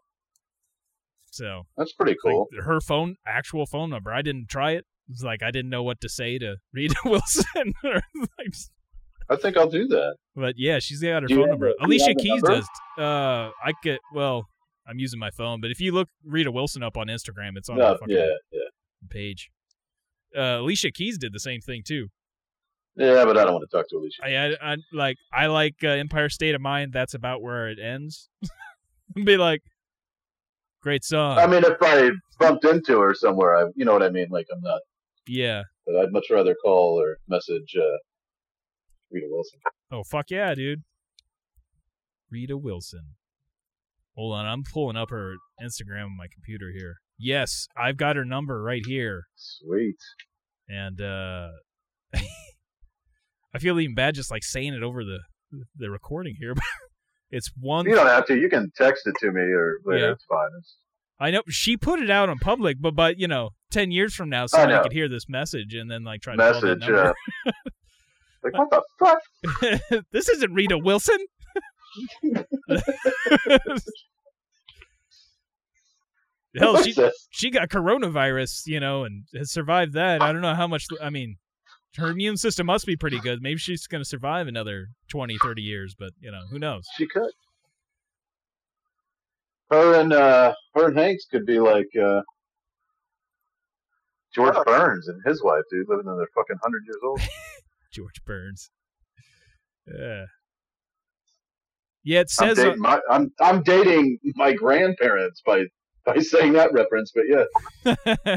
Speaker 4: So
Speaker 6: that's pretty
Speaker 4: like,
Speaker 6: cool.
Speaker 4: her phone actual phone number. I didn't try it. It's like I didn't know what to say to Rita Wilson. or, like,
Speaker 6: I think I'll do that.
Speaker 4: but yeah, she's got her
Speaker 6: Do you
Speaker 4: phone
Speaker 6: have
Speaker 4: number.
Speaker 6: a- do you
Speaker 4: Alicia
Speaker 6: have a
Speaker 4: Keys
Speaker 6: number?
Speaker 4: does. Uh I get well, I'm using my phone, but if you look Rita Wilson up on Instagram, it's on her
Speaker 6: No,
Speaker 4: fucking
Speaker 6: Oh, yeah, yeah,
Speaker 4: page. Uh, Alicia Keys did the same thing too.
Speaker 6: yeah, but I don't want to talk to Alicia.
Speaker 4: I, I, I like I like uh, Empire State of Mind. That's about where it ends. Be like, great song.
Speaker 6: I mean, if I bumped into her somewhere, I, you know what I mean. Like I'm not,
Speaker 4: yeah.
Speaker 6: but I'd much rather call or message uh, Rita Wilson.
Speaker 4: Oh fuck yeah, dude. Rita Wilson. Hold on, I'm pulling up her Instagram on my computer here. Yes, I've got her number right here.
Speaker 6: Sweet.
Speaker 4: and uh I feel even bad just like saying it over the the recording here. But it's one.
Speaker 6: You don't have to. You can text it to me or later.
Speaker 4: Yeah.
Speaker 6: It's fine. It's,
Speaker 4: I know she put it out in public, but but you know, ten years from now, somebody
Speaker 6: know.
Speaker 4: could hear this message and then like try to call that
Speaker 6: message. Uh, like what the fuck?
Speaker 4: number. this isn't Rita Wilson. Hell,
Speaker 6: What's
Speaker 4: she
Speaker 6: this?
Speaker 4: she got coronavirus, you know, and has survived that. I don't know how much. I mean, her immune system must be pretty good. Maybe she's going to survive another 20, 30 years, but, you know, who knows?
Speaker 6: She could. Her and uh, her and Hanks could be like uh, George Burns and his wife, dude, living in their fucking hundred years old.
Speaker 4: George Burns. Yeah. Yeah, it
Speaker 6: I'm
Speaker 4: says.
Speaker 6: dating, my, I'm, I'm dating my grandparents by by saying that reference, but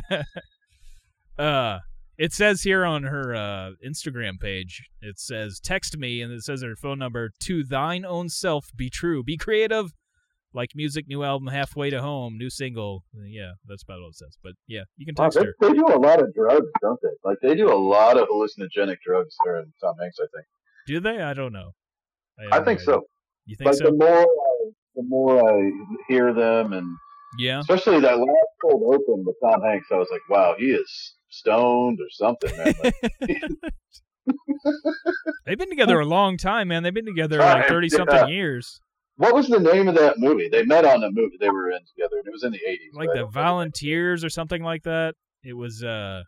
Speaker 6: yeah,
Speaker 4: uh, It says here on her uh, Instagram page, it says, text me, and it says her phone number, to thine own self be true, be creative, like music, new album, halfway to home, new single. Yeah, that's about all it says. But yeah, you can
Speaker 6: Wow,
Speaker 4: text
Speaker 6: they,
Speaker 4: her.
Speaker 6: they do a lot of drugs, don't they? Like they do a lot of hallucinogenic drugs there in Tom Hanks. I think.
Speaker 4: Do they? I don't know.
Speaker 6: I
Speaker 4: have
Speaker 6: think
Speaker 4: no idea.
Speaker 6: so.
Speaker 4: You think
Speaker 6: Like
Speaker 4: so?
Speaker 6: the more, I, the more I hear them, and
Speaker 4: yeah.
Speaker 6: especially that last cold open with Tom Hanks, I was like, wow, he is stoned or something. Man. Like,
Speaker 4: They've been together a long time, man. They've been together
Speaker 6: Right,
Speaker 4: like 30 something
Speaker 6: yeah.
Speaker 4: years.
Speaker 6: what was the name of that movie? They met on a movie they were in together, and it was in the eighties.
Speaker 4: Like the Volunteers or something like that. It was, uh,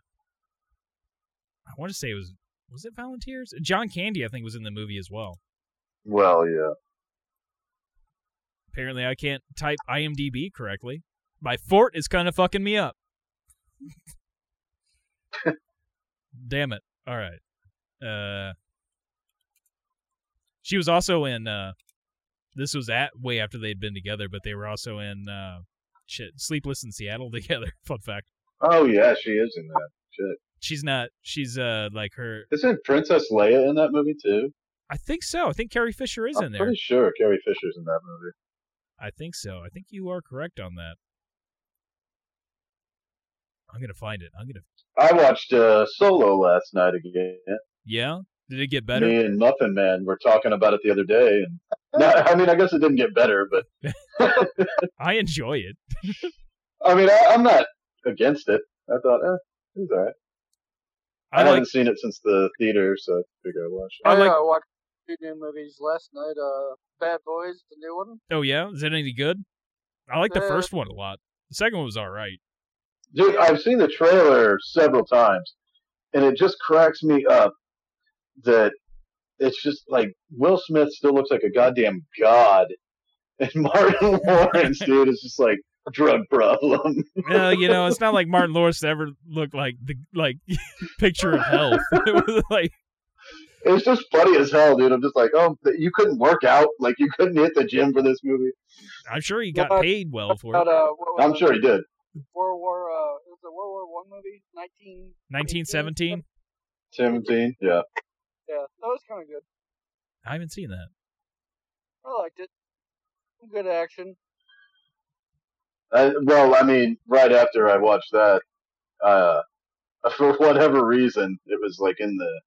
Speaker 4: I want to say it was, was it Volunteers? John Candy, I think, was in the movie as well.
Speaker 6: Well, yeah.
Speaker 4: Apparently, I can't type IMDb correctly. My fort is kind of fucking me up. Damn it! All right. Uh, she was also in. Uh, this was at way after they'd been together, but they were also in uh, shit, Sleepless in Seattle together. Fun fact:
Speaker 6: Oh yeah, she is in that. Shit.
Speaker 4: she's not. She's uh like her.
Speaker 6: Isn't Princess Leia in that movie too?
Speaker 4: I think so. I think Carrie Fisher is
Speaker 6: I'm
Speaker 4: in there.
Speaker 6: pretty sure Carrie Fisher's in that movie.
Speaker 4: I think so. I think you are correct on that. I'm gonna find it. I'm gonna.
Speaker 6: I watched uh, Solo last night again.
Speaker 4: Yeah. Did it get better?
Speaker 6: Me and Muffin Man were talking about it the other day, and no, I mean, I guess it didn't get better, but
Speaker 4: I enjoy it.
Speaker 6: I mean, I, I'm not against it. I thought, eh, it was all right. I,
Speaker 4: I,
Speaker 6: haven't
Speaker 4: like.
Speaker 6: seen it since the theater, so I figured I'd watch it.
Speaker 4: I
Speaker 5: I,
Speaker 4: like-
Speaker 5: uh, watched two new movies last night. Uh, Bad Boys, the new one.
Speaker 4: Oh yeah, is it any good? I like the
Speaker 5: Uh,
Speaker 4: first one a lot. The second one was all right.
Speaker 6: Dude, I've seen the trailer several times, and it just cracks me up that it's just like Will Smith still looks like a goddamn god, and Martin Lawrence, dude, is just like drug problem.
Speaker 4: Well, you know, it's not like Martin Lawrence ever looked like the like picture of health. it was like
Speaker 6: It's just funny as hell, dude. I'm just like, oh, th- you couldn't work out, like you couldn't hit the gym for this movie.
Speaker 4: I'm sure he got
Speaker 5: Well,
Speaker 4: paid well for
Speaker 5: About,
Speaker 4: it.
Speaker 5: uh, what was
Speaker 6: I'm
Speaker 5: it?
Speaker 6: sure he did.
Speaker 5: World War. Uh, it was a World War One movie. Nineteen.
Speaker 4: 1917.
Speaker 6: Seventeen, yeah.
Speaker 5: Yeah, that was kind of good.
Speaker 4: I haven't seen that.
Speaker 5: I liked it. Some good action.
Speaker 6: I, Uh, well, I mean, right after I watched that, uh, for whatever reason, it was like in the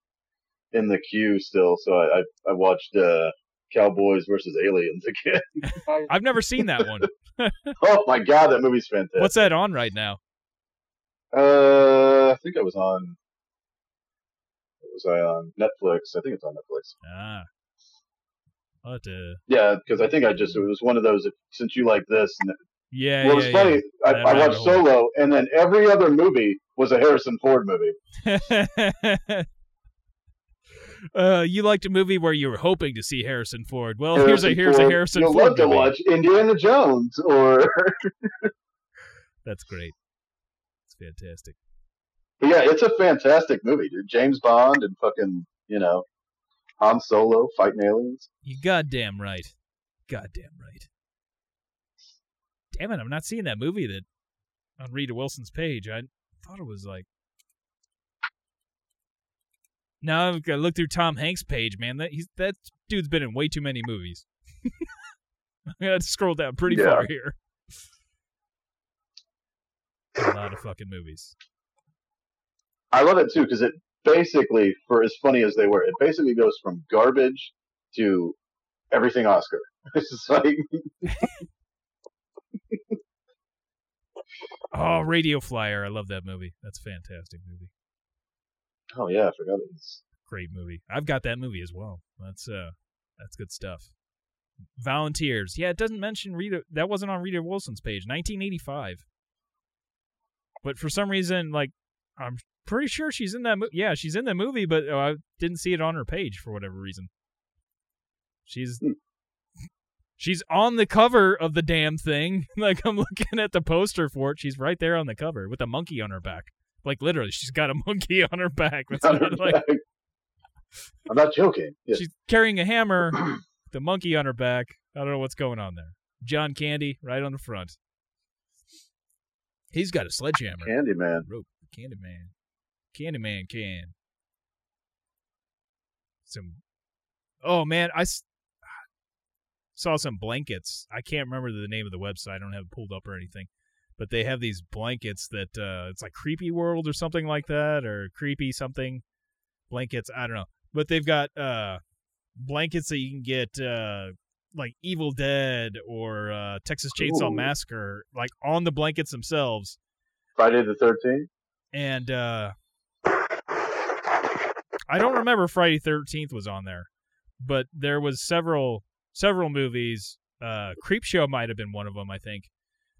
Speaker 6: in the queue still. So I I, I watched uh, Cowboys versus Aliens again.
Speaker 5: I,
Speaker 4: I've never seen that one.
Speaker 6: oh my god, that movie's fantastic.
Speaker 4: What's that on right now?
Speaker 6: uh, I think I was on. what Was I on Netflix? I think it's on Netflix.
Speaker 4: Ah. Oh, I'll have to-
Speaker 6: Yeah, because I think I just it was one of those. Since you like this, and
Speaker 4: Yeah,
Speaker 6: well, it was
Speaker 4: yeah,
Speaker 6: funny. I,
Speaker 4: That
Speaker 6: I
Speaker 4: rabbit
Speaker 6: watched
Speaker 4: hole.
Speaker 6: Solo, and then every other movie was a Harrison Ford movie.
Speaker 4: uh, you liked a movie where you were hoping to see Harrison Ford. Well,
Speaker 6: Harrison
Speaker 4: here's a here's a
Speaker 6: Ford.
Speaker 4: Harrison
Speaker 6: You'll
Speaker 4: Ford
Speaker 6: love to
Speaker 4: movie.
Speaker 6: watch Indiana Jones or
Speaker 4: That's great. It's fantastic.
Speaker 6: But yeah, it's a fantastic movie, dude. James Bond and fucking you know Han Solo fighting aliens.
Speaker 4: You goddamn right. Goddamn right. Damn it, I'm not seeing that movie that on Rita Wilson's page. I thought it was like Now I've got to look through Tom Hanks' page, man. That he's that dude's been in way too many movies. I gotta scroll down pretty
Speaker 6: Yeah.
Speaker 4: far here. A lot of fucking movies.
Speaker 6: I love it too because it basically, for as funny as they were, it basically goes from garbage to everything Oscar. It's just like
Speaker 4: Oh, Radio Flyer. I love that movie. That's a fantastic movie.
Speaker 6: oh yeah, I forgot it was.
Speaker 4: great movie. I've got that movie as well. That's uh that's good stuff. Volunteers. Yeah, it doesn't mention Rita that wasn't on Rita Wilson's page, 1985. But for some reason like I'm pretty sure she's in that mo- yeah, she's in the movie but oh, I didn't see it on her page for whatever reason. She's
Speaker 6: Hmm.
Speaker 4: She's on the cover of the damn thing. Like I'm looking at the poster for it. She's right there on the cover with a monkey on her back. Like literally, she's got a monkey on her back. That's not like
Speaker 6: I'm not joking. Yeah.
Speaker 4: She's carrying a hammer, the monkey on her back. I don't know what's going on there. John Candy right on the front. He's got a sledgehammer.
Speaker 6: Candyman.
Speaker 4: Rope, Candyman. Candyman can. Some. Oh man, I s- saw some blankets. I can't remember the name of the website. I don't have it pulled up or anything, but they have these blankets that uh, it's like Creepy World or something like that, or Creepy something blankets. I don't know, but they've got uh, blankets that you can get uh, like Evil Dead or uh, Texas Chainsaw
Speaker 6: Ooh.
Speaker 4: Massacre, like on the blankets themselves
Speaker 6: Friday the Thirteenth.
Speaker 4: and uh I don't remember Friday Thirteenth was on there, but there was several several movies. Uh, Creepshow might have been one of them, I think.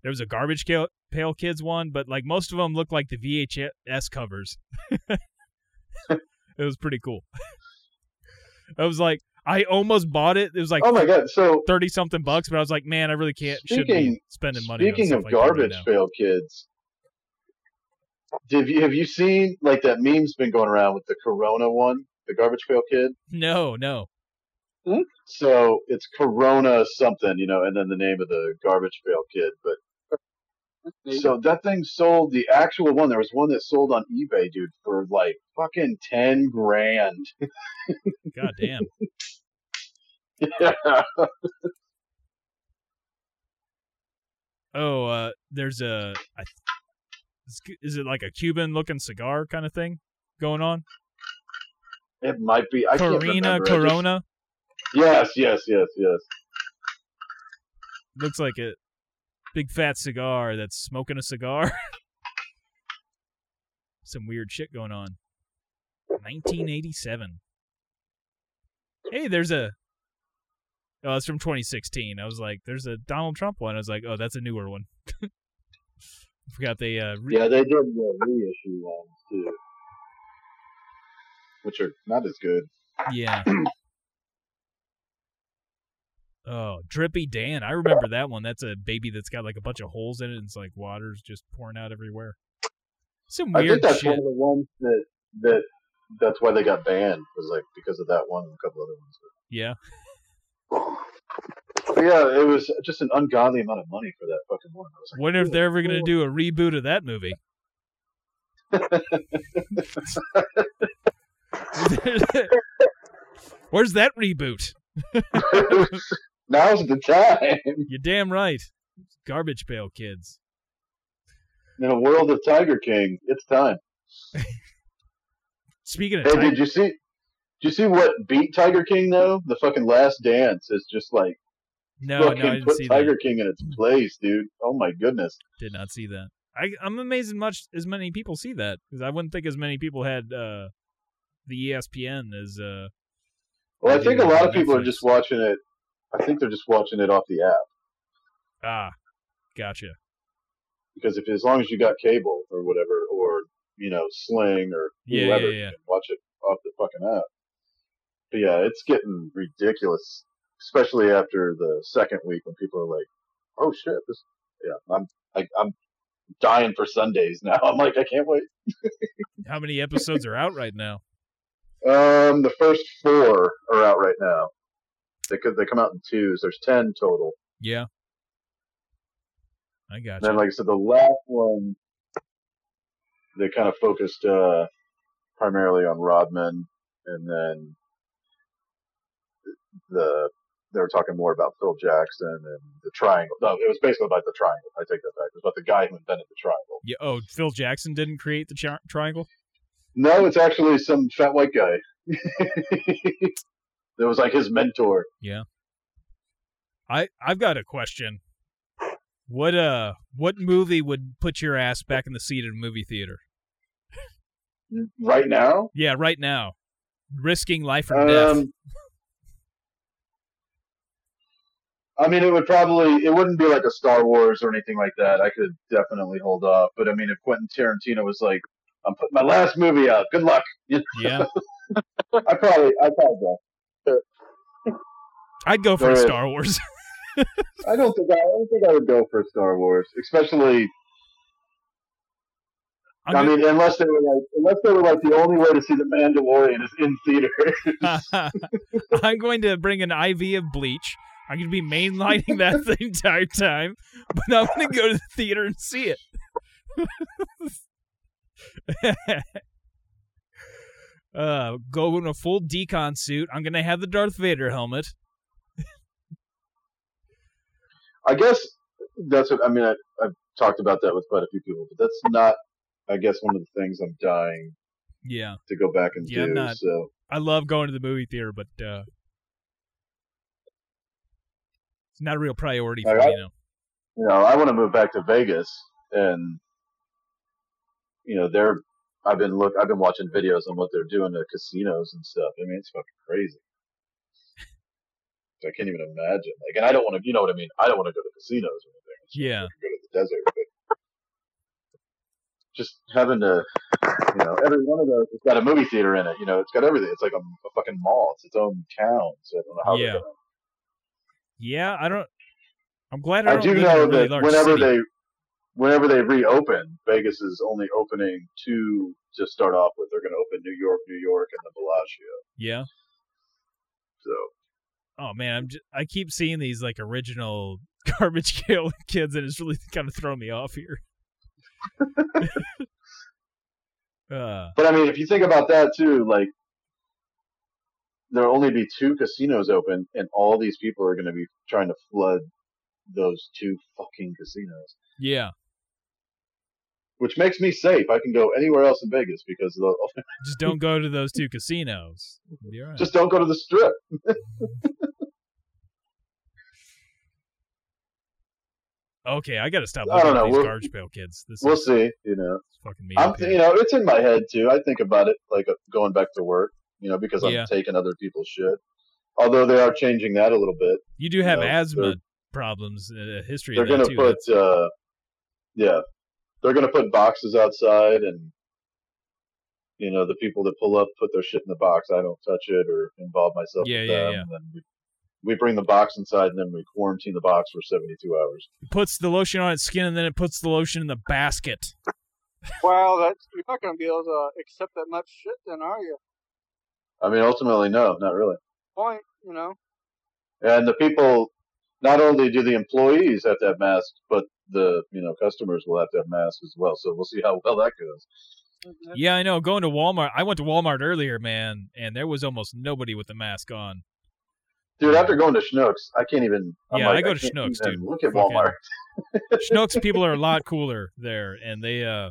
Speaker 4: There was a Garbage Ca- Pail Kids one, but like most of them looked like the VHS covers. it was pretty cool. I was like, I almost bought it. It was like
Speaker 6: Oh my God! So
Speaker 4: thirty something bucks, but I was like, man, I really can't shouldn't be
Speaker 6: Speaking-
Speaker 4: spending money. on
Speaker 6: Speaking
Speaker 4: stuff
Speaker 6: of
Speaker 4: like that right
Speaker 6: garbage
Speaker 4: now.
Speaker 6: pail kids, have you have you seen like that meme's been going around with the Corona one, the garbage pail kid?
Speaker 4: no, no,
Speaker 6: So it's Corona something, you know, and then the name of the garbage pail kid. But so that thing sold the actual one. There was one that sold on eBay, dude, for like fucking ten grand.
Speaker 4: god damn.
Speaker 6: yeah.
Speaker 4: Oh, uh, there's a. I, th- is, is it like a Cuban looking cigar kind of thing going on?
Speaker 6: It might be. I can't
Speaker 4: Carina
Speaker 6: remember. I just-
Speaker 4: Corona
Speaker 6: Yes, yes, yes, yes.
Speaker 4: looks like a big fat cigar that's smoking a cigar. Some weird shit going on. 1987. Hey, there's a. Oh, it's from 2016. I was like, there's a Donald Trump one. I was like, oh, that's a newer one. Forgot they uh, re-
Speaker 6: Yeah, they did the reissue ones too, which are not as good.
Speaker 4: Yeah. oh, Drippy Dan. I remember that one. That's a baby that's got like a bunch of holes in it and it's like water's just pouring out everywhere. Some
Speaker 6: I think
Speaker 4: weird
Speaker 6: that's one
Speaker 4: shit.
Speaker 6: of the ones that that that's why they got banned was like because of that one and a couple other ones.
Speaker 4: Yeah.
Speaker 6: But yeah, it was just an ungodly amount of money for that fucking one. I was like,
Speaker 4: Wonder if they're ever gonna do a reboot of that movie. Where's that reboot?
Speaker 6: Now's the time.
Speaker 4: You're damn right. Garbage pail kids.
Speaker 6: In a world of Tiger King, it's time.
Speaker 4: Speaking of
Speaker 6: Hey,
Speaker 4: Tiger
Speaker 6: did you see? Did you see what beat Tiger King though? The fucking Last Dance is just like
Speaker 4: No,
Speaker 6: fucking
Speaker 4: no, I didn't
Speaker 6: put
Speaker 4: see that.
Speaker 6: Tiger King in its place, dude. Oh my goodness.
Speaker 4: Did not see that. I, I'm amazed as much as many people see that because I wouldn't think as many people had uh, the ESPN as. Uh,
Speaker 6: Well,
Speaker 4: I
Speaker 6: I think
Speaker 4: do,
Speaker 6: a lot
Speaker 4: on
Speaker 6: of people are
Speaker 4: Netflix.
Speaker 6: just watching it. I think they're just watching it off the app
Speaker 4: ah, gotcha.
Speaker 6: because if as long as you got cable or whatever, or you know, Sling or
Speaker 4: Yeah,
Speaker 6: whoever,
Speaker 4: yeah, yeah.
Speaker 6: you can watch it off the fucking app. But yeah, it's getting ridiculous, especially after the second week when people are like, "Oh shit, this." Yeah, I'm I, I'm dying for Sundays now. I'm like, I can't wait.
Speaker 4: How many episodes are out right now?
Speaker 6: Um, the first four are out right now. They could they come out in twos. There's ten total.
Speaker 4: Yeah. I gotcha.
Speaker 6: And then, like I said, the last one, they kind of focused uh, primarily on Rodman, and then the they were talking more about Phil Jackson and the triangle. No, it was basically about the triangle. I take that back. It was about the guy who invented the triangle.
Speaker 4: yeah, oh, Phil Jackson didn't create the tri- triangle?
Speaker 6: No, it's actually some fat white guy. that was like his mentor.
Speaker 4: I, I've got a question. What uh what movie would put your ass back in the seat at a movie theater?
Speaker 6: Right now,
Speaker 4: Yeah, right now. Risking life or death.
Speaker 6: Um, I mean, it would probably it wouldn't be like a Star Wars or anything like that. I could definitely hold off, but I mean, if Quentin Tarantino was like, "I'm putting my last movie out. Good luck,"
Speaker 4: Yeah.
Speaker 6: I probably, I probably, don't.
Speaker 4: I'd go for a
Speaker 6: There is-
Speaker 4: Star Wars.
Speaker 6: I don't think I, I don't think I would go for Star Wars, especially.
Speaker 4: I'm
Speaker 6: I
Speaker 4: gonna-
Speaker 6: mean, unless they were like, unless they were like, the only way to see the Mandalorian is in theater.
Speaker 4: I'm going to bring an IV of bleach. I'm going to be mainlining that the entire time, but I'm going to go to the theater and see it. uh, go in a full decon suit. I'm gonna have the Darth Vader helmet.
Speaker 6: I guess that's what I mean. I, I've talked about that with quite a few people, but that's not, I guess, one of the things I'm dying
Speaker 4: Yeah,
Speaker 6: to go back and
Speaker 4: Yeah,
Speaker 6: do.
Speaker 4: I'm not-
Speaker 6: So
Speaker 4: I love going to the movie theater, but uh, it's not a real priority for
Speaker 6: All
Speaker 4: me
Speaker 6: right.
Speaker 4: you know.
Speaker 6: you know, I want to move back to Vegas, and you know, they're I've been look I've been watching videos on what they're doing to casinos and stuff. I mean, it's fucking crazy. I can't even imagine. Like, and I don't want to. You know what I mean? I don't want to go to casinos or anything. I just wanna
Speaker 4: Yeah.
Speaker 6: fucking Go to the desert, but just having to, you know, every one of those. It's got a movie theater in it. You know, it's got everything. It's like a, a fucking mall. It's its own town. So I don't know how. they're
Speaker 4: Yeah.
Speaker 6: gonna-
Speaker 4: Yeah, I don't. I'm glad I,
Speaker 6: I
Speaker 4: don't
Speaker 6: do
Speaker 4: live in a
Speaker 6: know
Speaker 4: really
Speaker 6: that
Speaker 4: large
Speaker 6: whenever
Speaker 4: city.
Speaker 6: they whenever they reopen, Vegas is only opening two to start off with. They're going to open New York, New York, and the Bellagio.
Speaker 4: yeah.
Speaker 6: So
Speaker 4: Oh man, I'm just, I keep seeing these like original garbage Pail kids, and it's really kind of throwing me off here. uh,
Speaker 6: but I mean, if you think about that too, like there'll only be two casinos open, and all these people are going to be trying to flood those two fucking casinos,
Speaker 4: yeah,
Speaker 6: which makes me safe. I can go anywhere else in Vegas because they'll-
Speaker 4: just don't go to those two casinos. It'll be all right.
Speaker 6: just don't go to the Strip.
Speaker 4: okay, I gotta stop
Speaker 6: I don't
Speaker 4: looking at
Speaker 6: know,
Speaker 4: these
Speaker 6: we'll-
Speaker 4: garbage pail kids. This
Speaker 6: We'll
Speaker 4: is
Speaker 6: see. You know.
Speaker 4: fucking me.
Speaker 6: I'm,
Speaker 4: up here.
Speaker 6: you know, it's in my head too. I think about it like uh, going back to work, you know, because I'm
Speaker 4: Yeah.
Speaker 6: taking other people's shit. Although they are changing that a little bit.
Speaker 4: you do have
Speaker 6: know,
Speaker 4: asthma
Speaker 6: they're-
Speaker 4: problems, uh, history.
Speaker 6: They're
Speaker 4: of that,
Speaker 6: gonna
Speaker 4: too,
Speaker 6: put,
Speaker 4: that's-
Speaker 6: uh, yeah, they're gonna put boxes outside, and you know, the people that pull up put their shit in the box. I don't touch it or involve myself
Speaker 4: Yeah,
Speaker 6: with
Speaker 4: yeah,
Speaker 6: them.
Speaker 4: yeah.
Speaker 6: And then we, we bring the box inside, and then we quarantine the box for 72 hours.
Speaker 4: it puts the lotion on its skin, and then it puts the lotion in the basket.
Speaker 5: Wow, that's you're not gonna be able to accept that much shit, then, are you?
Speaker 6: I mean, ultimately, no, not really.
Speaker 5: Point, you know.
Speaker 6: and the people not only do the employees have to have masks but the you know customers will have to have masks as well so we'll see how well that goes
Speaker 5: Mm-hmm.
Speaker 4: Yeah, I know. Going to Walmart, I went to Walmart earlier, man, and there was almost nobody with a mask on.
Speaker 6: dude after going to schnucks i can't even I'm
Speaker 4: Yeah,
Speaker 6: like,
Speaker 4: I go to
Speaker 6: can't
Speaker 4: Schnucks, dude.
Speaker 6: even look at
Speaker 4: Fucking-
Speaker 6: walmart
Speaker 4: Schnucks people are a lot cooler there, and they uh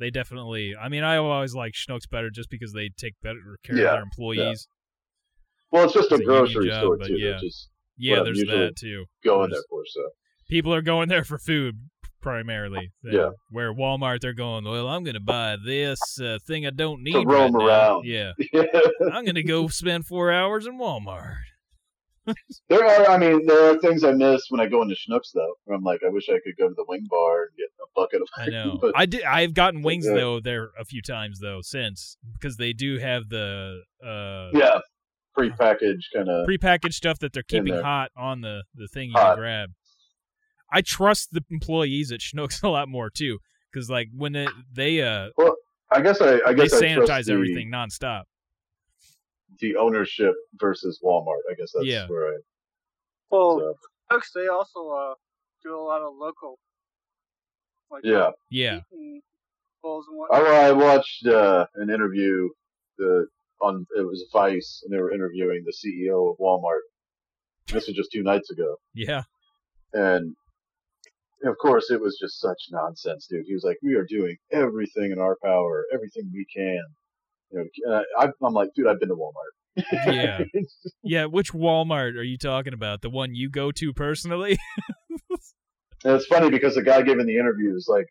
Speaker 4: they definitely. I mean, I always like Schnucks better just because they take better care
Speaker 6: Yeah,
Speaker 4: of their employees.
Speaker 6: well it's just
Speaker 4: It's a
Speaker 6: a
Speaker 4: union
Speaker 6: grocery
Speaker 4: job,
Speaker 6: store
Speaker 4: but
Speaker 6: too
Speaker 4: yeah.
Speaker 6: yeah. just
Speaker 4: Yeah,
Speaker 6: Well,
Speaker 4: there's
Speaker 6: usually-
Speaker 4: that too.
Speaker 6: going there
Speaker 4: There's-
Speaker 6: for so
Speaker 4: People are going there for food primarily. They-
Speaker 6: Yeah.
Speaker 4: Where Walmart, they're going. Well, I'm going to buy this uh, thing I don't need. right
Speaker 6: roam
Speaker 4: now."
Speaker 6: around.
Speaker 4: Yeah,
Speaker 6: yeah
Speaker 4: I'm going to go spend four hours in Walmart.
Speaker 6: there are i mean there are things i miss when i go into schnucks though where i'm like i wish i could go to the wing bar and get a bucket of
Speaker 4: I know.
Speaker 6: but
Speaker 4: I did. I've gotten wings
Speaker 6: Yeah.
Speaker 4: though there a few times though since because they do have the uh
Speaker 6: yeah pre-packaged kind of
Speaker 4: prepackaged stuff that they're keeping
Speaker 6: there.
Speaker 4: hot on the the thing you
Speaker 6: Hot.
Speaker 4: grab. I trust the employees at Schnucks a lot more too, because like when it, they uh
Speaker 6: i guess i i
Speaker 4: they
Speaker 6: guess I trust
Speaker 4: sanitize
Speaker 6: the-
Speaker 4: everything nonstop.
Speaker 6: the ownership versus walmart i guess that's
Speaker 4: Yeah.
Speaker 6: where i
Speaker 5: Well,
Speaker 6: so,
Speaker 5: folks, they also uh, do a lot of local, like
Speaker 6: yeah
Speaker 4: Yeah,
Speaker 5: eating bowls and
Speaker 6: I,
Speaker 5: whatnot.
Speaker 6: well, I watched uh, an interview the, on it was Vice, and they were interviewing the CEO of Walmart. This was just two nights ago,
Speaker 4: yeah,
Speaker 6: and of course, it was just such nonsense, dude. He was like, "We are doing everything in our power, everything we can." You know, and I, I'm like, dude, I've been to Walmart.
Speaker 4: Yeah. yeah. Which Walmart are you talking about? The one you go to personally?
Speaker 6: And it's funny because the guy giving the interview is like,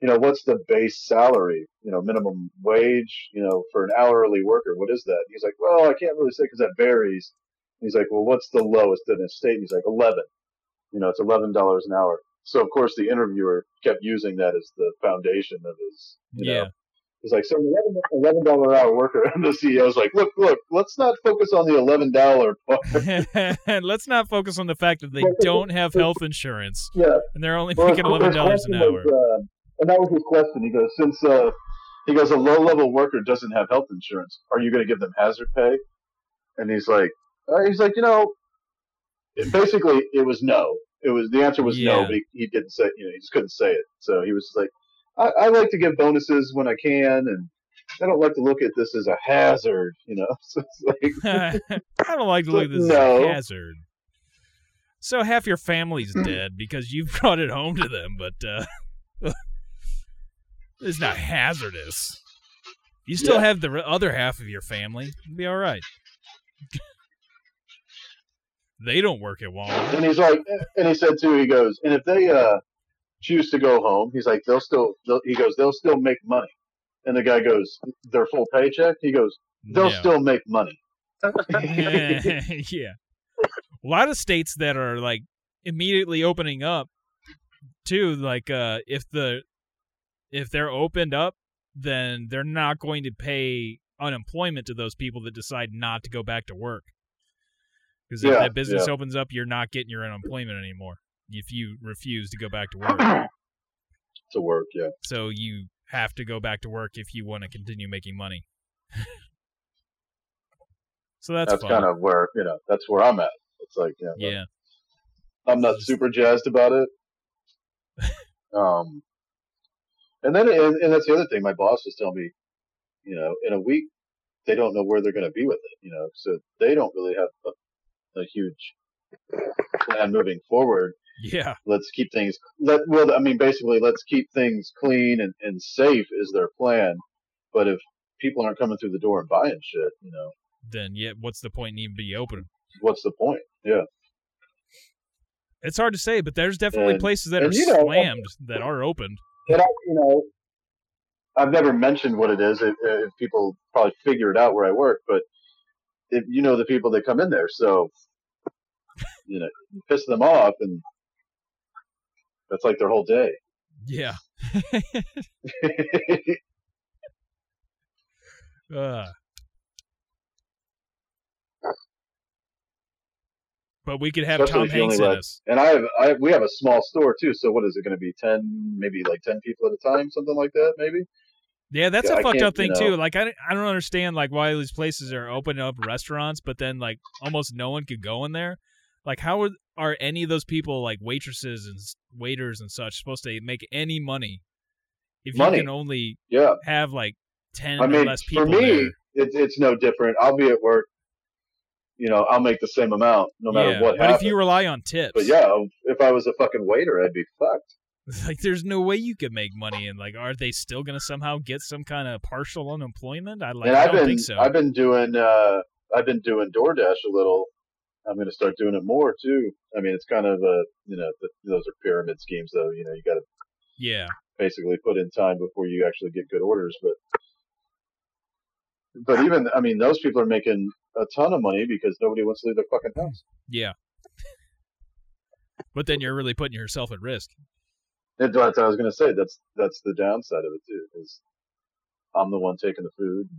Speaker 6: you know, what's the base salary, you know, minimum wage, you know, for an hourly worker? What is that? He's like, well, I can't really say because that varies. He's like, well, what's the lowest in the state? He's like, 11. You know, it's $11 an hour. So, of course, the interviewer kept using that as the foundation of his, you
Speaker 4: yeah,
Speaker 6: know, He's like, so an eleven dollar an hour worker, and the CEO's like, look, look, let's not focus on the eleven dollar part.
Speaker 4: and let's not focus on the fact that they don't have health insurance
Speaker 6: Yeah,
Speaker 4: and they're only
Speaker 6: Well,
Speaker 4: making
Speaker 6: his-
Speaker 4: eleven
Speaker 6: his
Speaker 4: dollars an
Speaker 6: question
Speaker 4: hour.
Speaker 6: was, uh, and that was his question. He goes, since uh, he goes, a low level worker doesn't have health insurance. Are you going to give them hazard pay? And he's like, uh, he's like, you know, it- basically, it was no. It was the answer was no,
Speaker 4: Yeah.
Speaker 6: but he, he didn't say. You know, he just couldn't say it. So he was like, I, I like to give bonuses when I can, and I don't like to look at this as a hazard, you know. So it's like,
Speaker 4: I don't like to look at this as
Speaker 6: No. Hmm.
Speaker 4: a hazard. So half your family's dead because you brought it home to them, but uh, it's not hazardous. You still
Speaker 6: Yeah.
Speaker 4: have the re- other half of your family. You'll be all right. they don't work at Walmart.
Speaker 6: and he's like, and he said too, he goes, and if they uh, choose to go home, he's like, they'll still, they'll, he goes, they'll still make money. And the guy goes, their full paycheck. He goes, they'll
Speaker 4: No.
Speaker 6: still make money.
Speaker 4: yeah. A lot of states that are like immediately opening up too, like uh if the if they're opened up, then they're not going to pay unemployment to those people that decide not to go back to work. Because if
Speaker 6: Yeah,
Speaker 4: that business opens up, you're not getting your unemployment anymore if you refuse to go back to work.
Speaker 6: to work, yeah.
Speaker 4: so you have to go back to work if you want to continue making money. so that's,
Speaker 6: That's,
Speaker 4: fun.
Speaker 6: kind of where you know that's where I'm at. It's like, yeah,
Speaker 4: yeah.
Speaker 6: I'm not super jazzed about it. Um, and then and, and that's the other thing. My boss was telling me, you know, in a week they don't know where they're going to be with it. You know, so they don't really have a, a huge plan moving forward.
Speaker 4: Yeah,
Speaker 6: Let's keep things let well. I mean, basically, let's keep things clean and, and safe is their plan. But if people aren't coming through the door and buying shit, you know,
Speaker 4: then yeah, what's the point in even be open?
Speaker 6: what's the point? Yeah.
Speaker 4: It's hard to say, but there's definitely
Speaker 6: And-
Speaker 4: places that
Speaker 6: and
Speaker 4: are
Speaker 6: you know-
Speaker 4: slammed that are opened.
Speaker 6: And I, you know, I've never mentioned what it is. If, if people probably figure it out where I work, but if you know the people that come in there, so you know, you piss them off, and that's like their whole day.
Speaker 4: Yeah. Uh. But we could have Tom
Speaker 6: Especially if you only
Speaker 4: Hanks in
Speaker 6: let-
Speaker 4: us.
Speaker 6: and I have, I we have a small store too. So what is it going to be? Ten, maybe like ten people at a time, something like that, maybe.
Speaker 4: Yeah, that's
Speaker 6: Yeah,
Speaker 4: a
Speaker 6: I
Speaker 4: fucked
Speaker 6: can't,
Speaker 4: up thing
Speaker 6: you know.
Speaker 4: too. Like I, don't- I don't understand like why these places are opening up restaurants, but then like almost no one could go in there. Like how are are any of those people like waitresses and s- waiters and such supposed to make any money if
Speaker 6: Money.
Speaker 4: you can only
Speaker 6: Yeah.
Speaker 4: have like ten
Speaker 6: I
Speaker 4: or
Speaker 6: mean,
Speaker 4: less people
Speaker 6: for
Speaker 4: there?
Speaker 6: me, it, it's no different. I'll be at work. You know, I'll make the same amount no matter
Speaker 4: yeah,
Speaker 6: what
Speaker 4: but
Speaker 6: happens.
Speaker 4: if you rely on tips,
Speaker 6: But yeah, if I was a fucking waiter, I'd be fucked.
Speaker 4: like there's no way you could make money. And like, are they still gonna somehow get some kind of partial unemployment? I like,
Speaker 6: and
Speaker 4: I
Speaker 6: I've
Speaker 4: don't
Speaker 6: been
Speaker 4: think so.
Speaker 6: I've been doing uh I've been doing DoorDash a little. I'm going to start doing it more too. I mean, it's kind of a you know th those are pyramid schemes though. You know, you got to
Speaker 4: yeah,
Speaker 6: basically put in time before you actually get good orders. But but even I mean, those people are making a ton of money because nobody wants to leave their fucking house.
Speaker 4: yeah. but then you're really putting yourself at risk.
Speaker 6: That's what I was going to say. That's that's the downside of it too. Is I'm the one taking the food.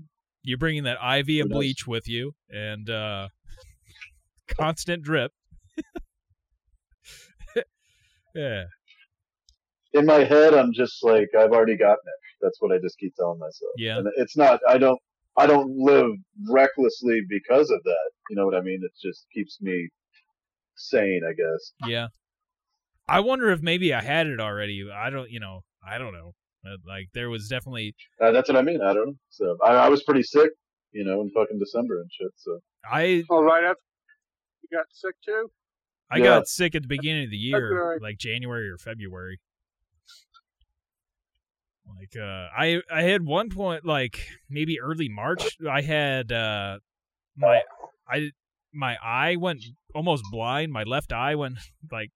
Speaker 4: You're bringing that IV
Speaker 6: Who
Speaker 4: and
Speaker 6: knows?
Speaker 4: bleach with you, and uh constant drip. yeah,
Speaker 6: in my head, I'm just like, I've already gotten it. That's what I just keep telling myself.
Speaker 4: Yeah.
Speaker 6: And it's not, I don't, I don't live recklessly because of that. You know what I mean? It just keeps me sane, I guess.
Speaker 4: yeah. I wonder if maybe I had it already. I don't, you know, I don't know. Uh, Like there was definitely
Speaker 6: Uh, that's what I mean. I don't know. So I, I was pretty sick, you know, in fucking December and shit. So
Speaker 4: I
Speaker 5: Oh, right after you got sick too.
Speaker 4: I
Speaker 6: Yeah.
Speaker 4: got sick at the beginning of the year,
Speaker 5: February.
Speaker 4: like January or February. Like uh I I had one point like maybe early March, I had uh my I my eye went almost blind, my left eye went like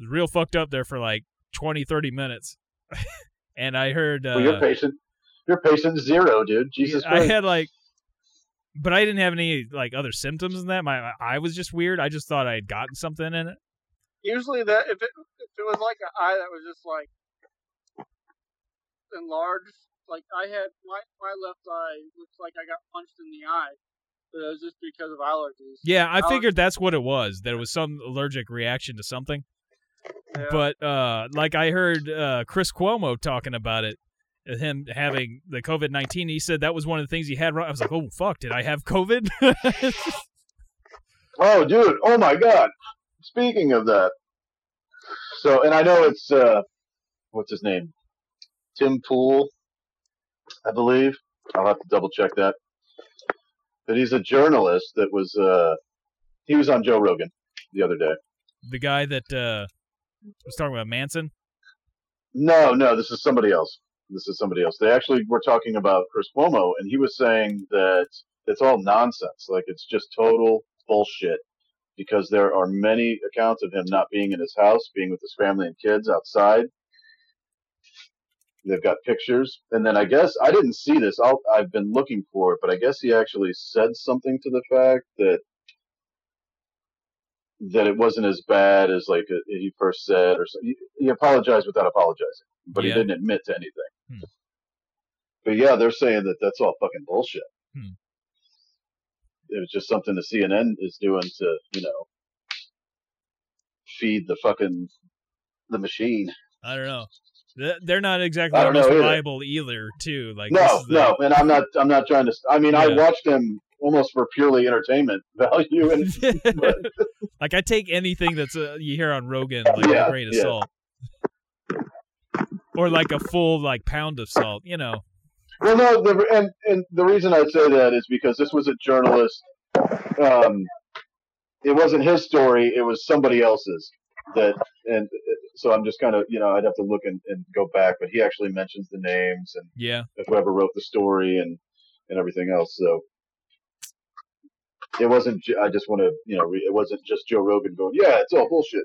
Speaker 4: was real fucked up there for like 20 30 minutes. and I heard uh
Speaker 6: well, you're patient. You're patient zero, dude. Jesus
Speaker 4: I
Speaker 6: Christ.
Speaker 4: had like, but I didn't have any like other symptoms than that. My, my eye was just weird. I just thought I had gotten something in it.
Speaker 5: Usually, that if it if it was like an eye that was just like enlarged, like I had my my left eye looks like I got punched in the eye, but it was just because of allergies.
Speaker 4: Yeah, I
Speaker 6: Oh.
Speaker 5: Allergy.
Speaker 4: figured that's what it was. That it was some allergic reaction to something.
Speaker 5: Yeah.
Speaker 4: But uh, like I heard uh, Chris Cuomo talking about it, uh, him having the COVID nineteen. He said that was one of the things he had. wrong. I was like, oh fuck, did I have COVID?
Speaker 6: Oh, dude. Oh my God. Speaking of that, so and I know it's uh, what's his name, Tim Pool, I believe. I'll have to double check that. But he's a journalist that was uh, he was on Joe Rogan the other day.
Speaker 4: The guy that uh, was talking about Manson.
Speaker 6: No, no, this is somebody else. This is somebody else. They actually were talking about Chris Cuomo, and he was saying that it's all nonsense. Like it's just total bullshit because there are many accounts of him not being in his house, being with his family and kids outside. They've got pictures, and then I guess I didn't see this. I'll, I've been looking for it, but I guess he actually said something to the fact that that it wasn't as bad as like uh, he first said, or so. he, he apologized without apologizing, but
Speaker 4: Yeah.
Speaker 6: he didn't admit to anything.
Speaker 4: Hmm.
Speaker 6: But yeah, they're saying that that's all fucking bullshit.
Speaker 4: Hmm.
Speaker 6: It was just something the CNN is doing to you know feed the fucking the machine.
Speaker 4: I don't know. Th- They're not exactly
Speaker 6: I
Speaker 4: the
Speaker 6: don't
Speaker 4: most
Speaker 6: know either.
Speaker 4: reliable either, too. Like this
Speaker 6: no,
Speaker 4: is the-
Speaker 6: no, and I'm not. I'm not trying to. I mean, I
Speaker 4: Yeah.
Speaker 6: watched them almost for purely entertainment value, and
Speaker 4: like I take anything that's uh you hear on Rogan like a
Speaker 6: Yeah,
Speaker 4: grain of
Speaker 6: yeah.
Speaker 4: salt, or like a full like pound of salt. You know,
Speaker 6: Well, no, the, and and the reason I say that is because this was a journalist. Um, it wasn't his story; it was somebody else's. That and uh, so I'm just kind of you know I'd have to look and, and go back, but he actually mentions the names and
Speaker 4: yeah.
Speaker 6: whoever wrote the story and and everything else. So it wasn't. ju- I just want to you know re- it wasn't just Joe Rogan going, yeah, it's all bullshit.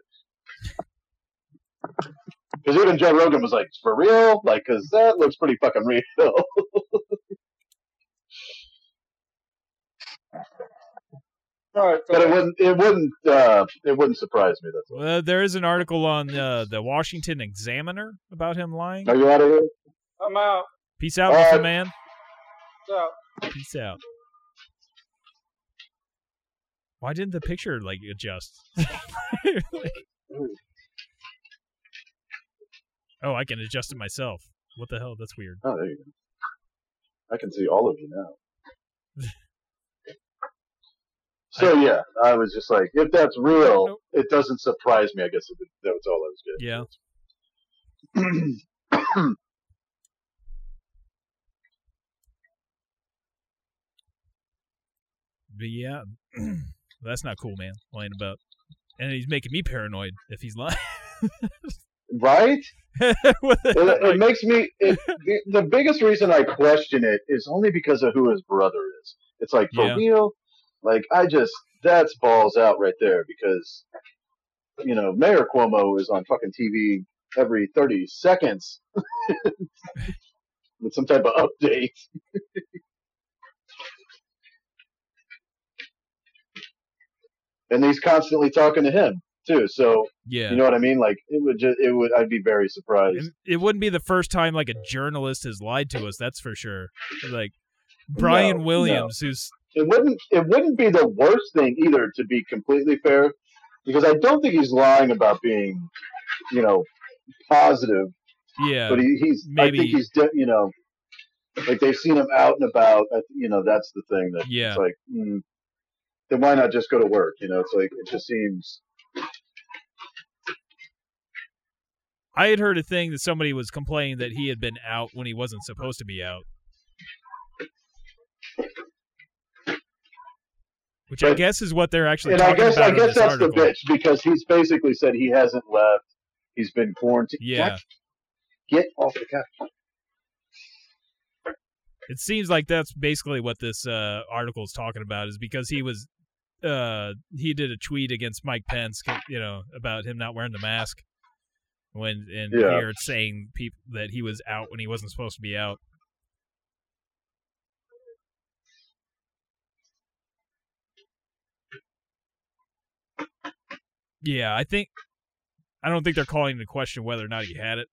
Speaker 6: Because even Joe Rogan was like, for real? Like, because that looks pretty fucking real.
Speaker 5: All right,
Speaker 6: But it wouldn't. It wouldn't. Uh, it wouldn't surprise me. That's all.
Speaker 4: Well, there is an article on uh, the Washington Examiner about him lying.
Speaker 6: Are you out of here?
Speaker 5: I'm out.
Speaker 4: Peace out,
Speaker 6: All
Speaker 4: Mr.
Speaker 6: right.
Speaker 4: Man.
Speaker 5: So
Speaker 4: Peace out. Why didn't the picture like adjust? oh, I can adjust it myself. What the hell? That's weird.
Speaker 6: Oh, there you go. I can see all of you now. so yeah, I was just like, if that's real,
Speaker 4: Nope.
Speaker 6: it doesn't surprise me. I guess it, that was all I was getting.
Speaker 4: Yeah. But yeah, that's not cool, man. Lying about, and he's making me paranoid if he's lying.
Speaker 6: Right?
Speaker 4: What the
Speaker 6: It,
Speaker 4: hell?
Speaker 6: it
Speaker 4: Like,
Speaker 6: makes me. It, the, the biggest reason I question it is only because of who his brother is. It's like for
Speaker 4: Yeah.
Speaker 6: real. Like I just that's balls out right there because you know Mayor Cuomo is on fucking TV every thirty seconds with some type of update. And he's constantly talking to him too. So
Speaker 4: yeah,
Speaker 6: you know what I mean? Like it would just it would I'd be very surprised.
Speaker 4: And it wouldn't be the first time like a journalist has lied to us. That's for sure. Like Brian
Speaker 6: No,
Speaker 4: Williams, who's
Speaker 6: it wouldn't it wouldn't be the worst thing either to be completely fair because i don't think he's lying about being you know positive
Speaker 4: yeah,
Speaker 6: but he, he's i
Speaker 4: maybe-
Speaker 6: think he's de- you know like they've seen him out and about I th- you know that's the thing that
Speaker 4: Yeah.
Speaker 6: it's like mm, then why not just go to work you know it's like it just seems
Speaker 4: I had heard a thing that somebody was complaining that he had been out when he wasn't supposed to be out. Which I
Speaker 6: But-
Speaker 4: guess is what they're actually
Speaker 6: and
Speaker 4: talking
Speaker 6: i guess
Speaker 4: about
Speaker 6: i
Speaker 4: in
Speaker 6: guess
Speaker 4: this
Speaker 6: that's
Speaker 4: article.
Speaker 6: the bitch because he's basically said he hasn't left he's been quarantined
Speaker 4: Yeah.
Speaker 6: What? get off the couch
Speaker 4: It seems like that's basically what this uh, article is talking about is because he was uh, he did a tweet against Mike Pence, you know, about him not wearing the mask when and
Speaker 6: Yeah.
Speaker 4: here it's saying people that he was out when he wasn't supposed to be out. Yeah, I think I don't think they're calling into question whether or not he had it.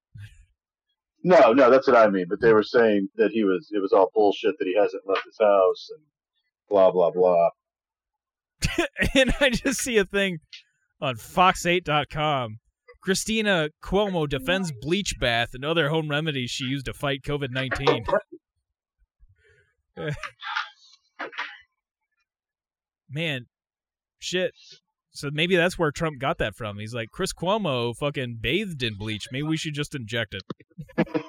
Speaker 6: No, no, that's what I mean. But they were saying that he was it was all bullshit that he hasn't left his house and blah blah blah.
Speaker 4: and I just see a thing on Fox8.com. Christina Cuomo defends bleach bath and other home remedies she used to fight COVID 19. Man, shit. So maybe that's where Trump got that from. He's like, Chris Cuomo fucking bathed in bleach. Maybe we should just inject it.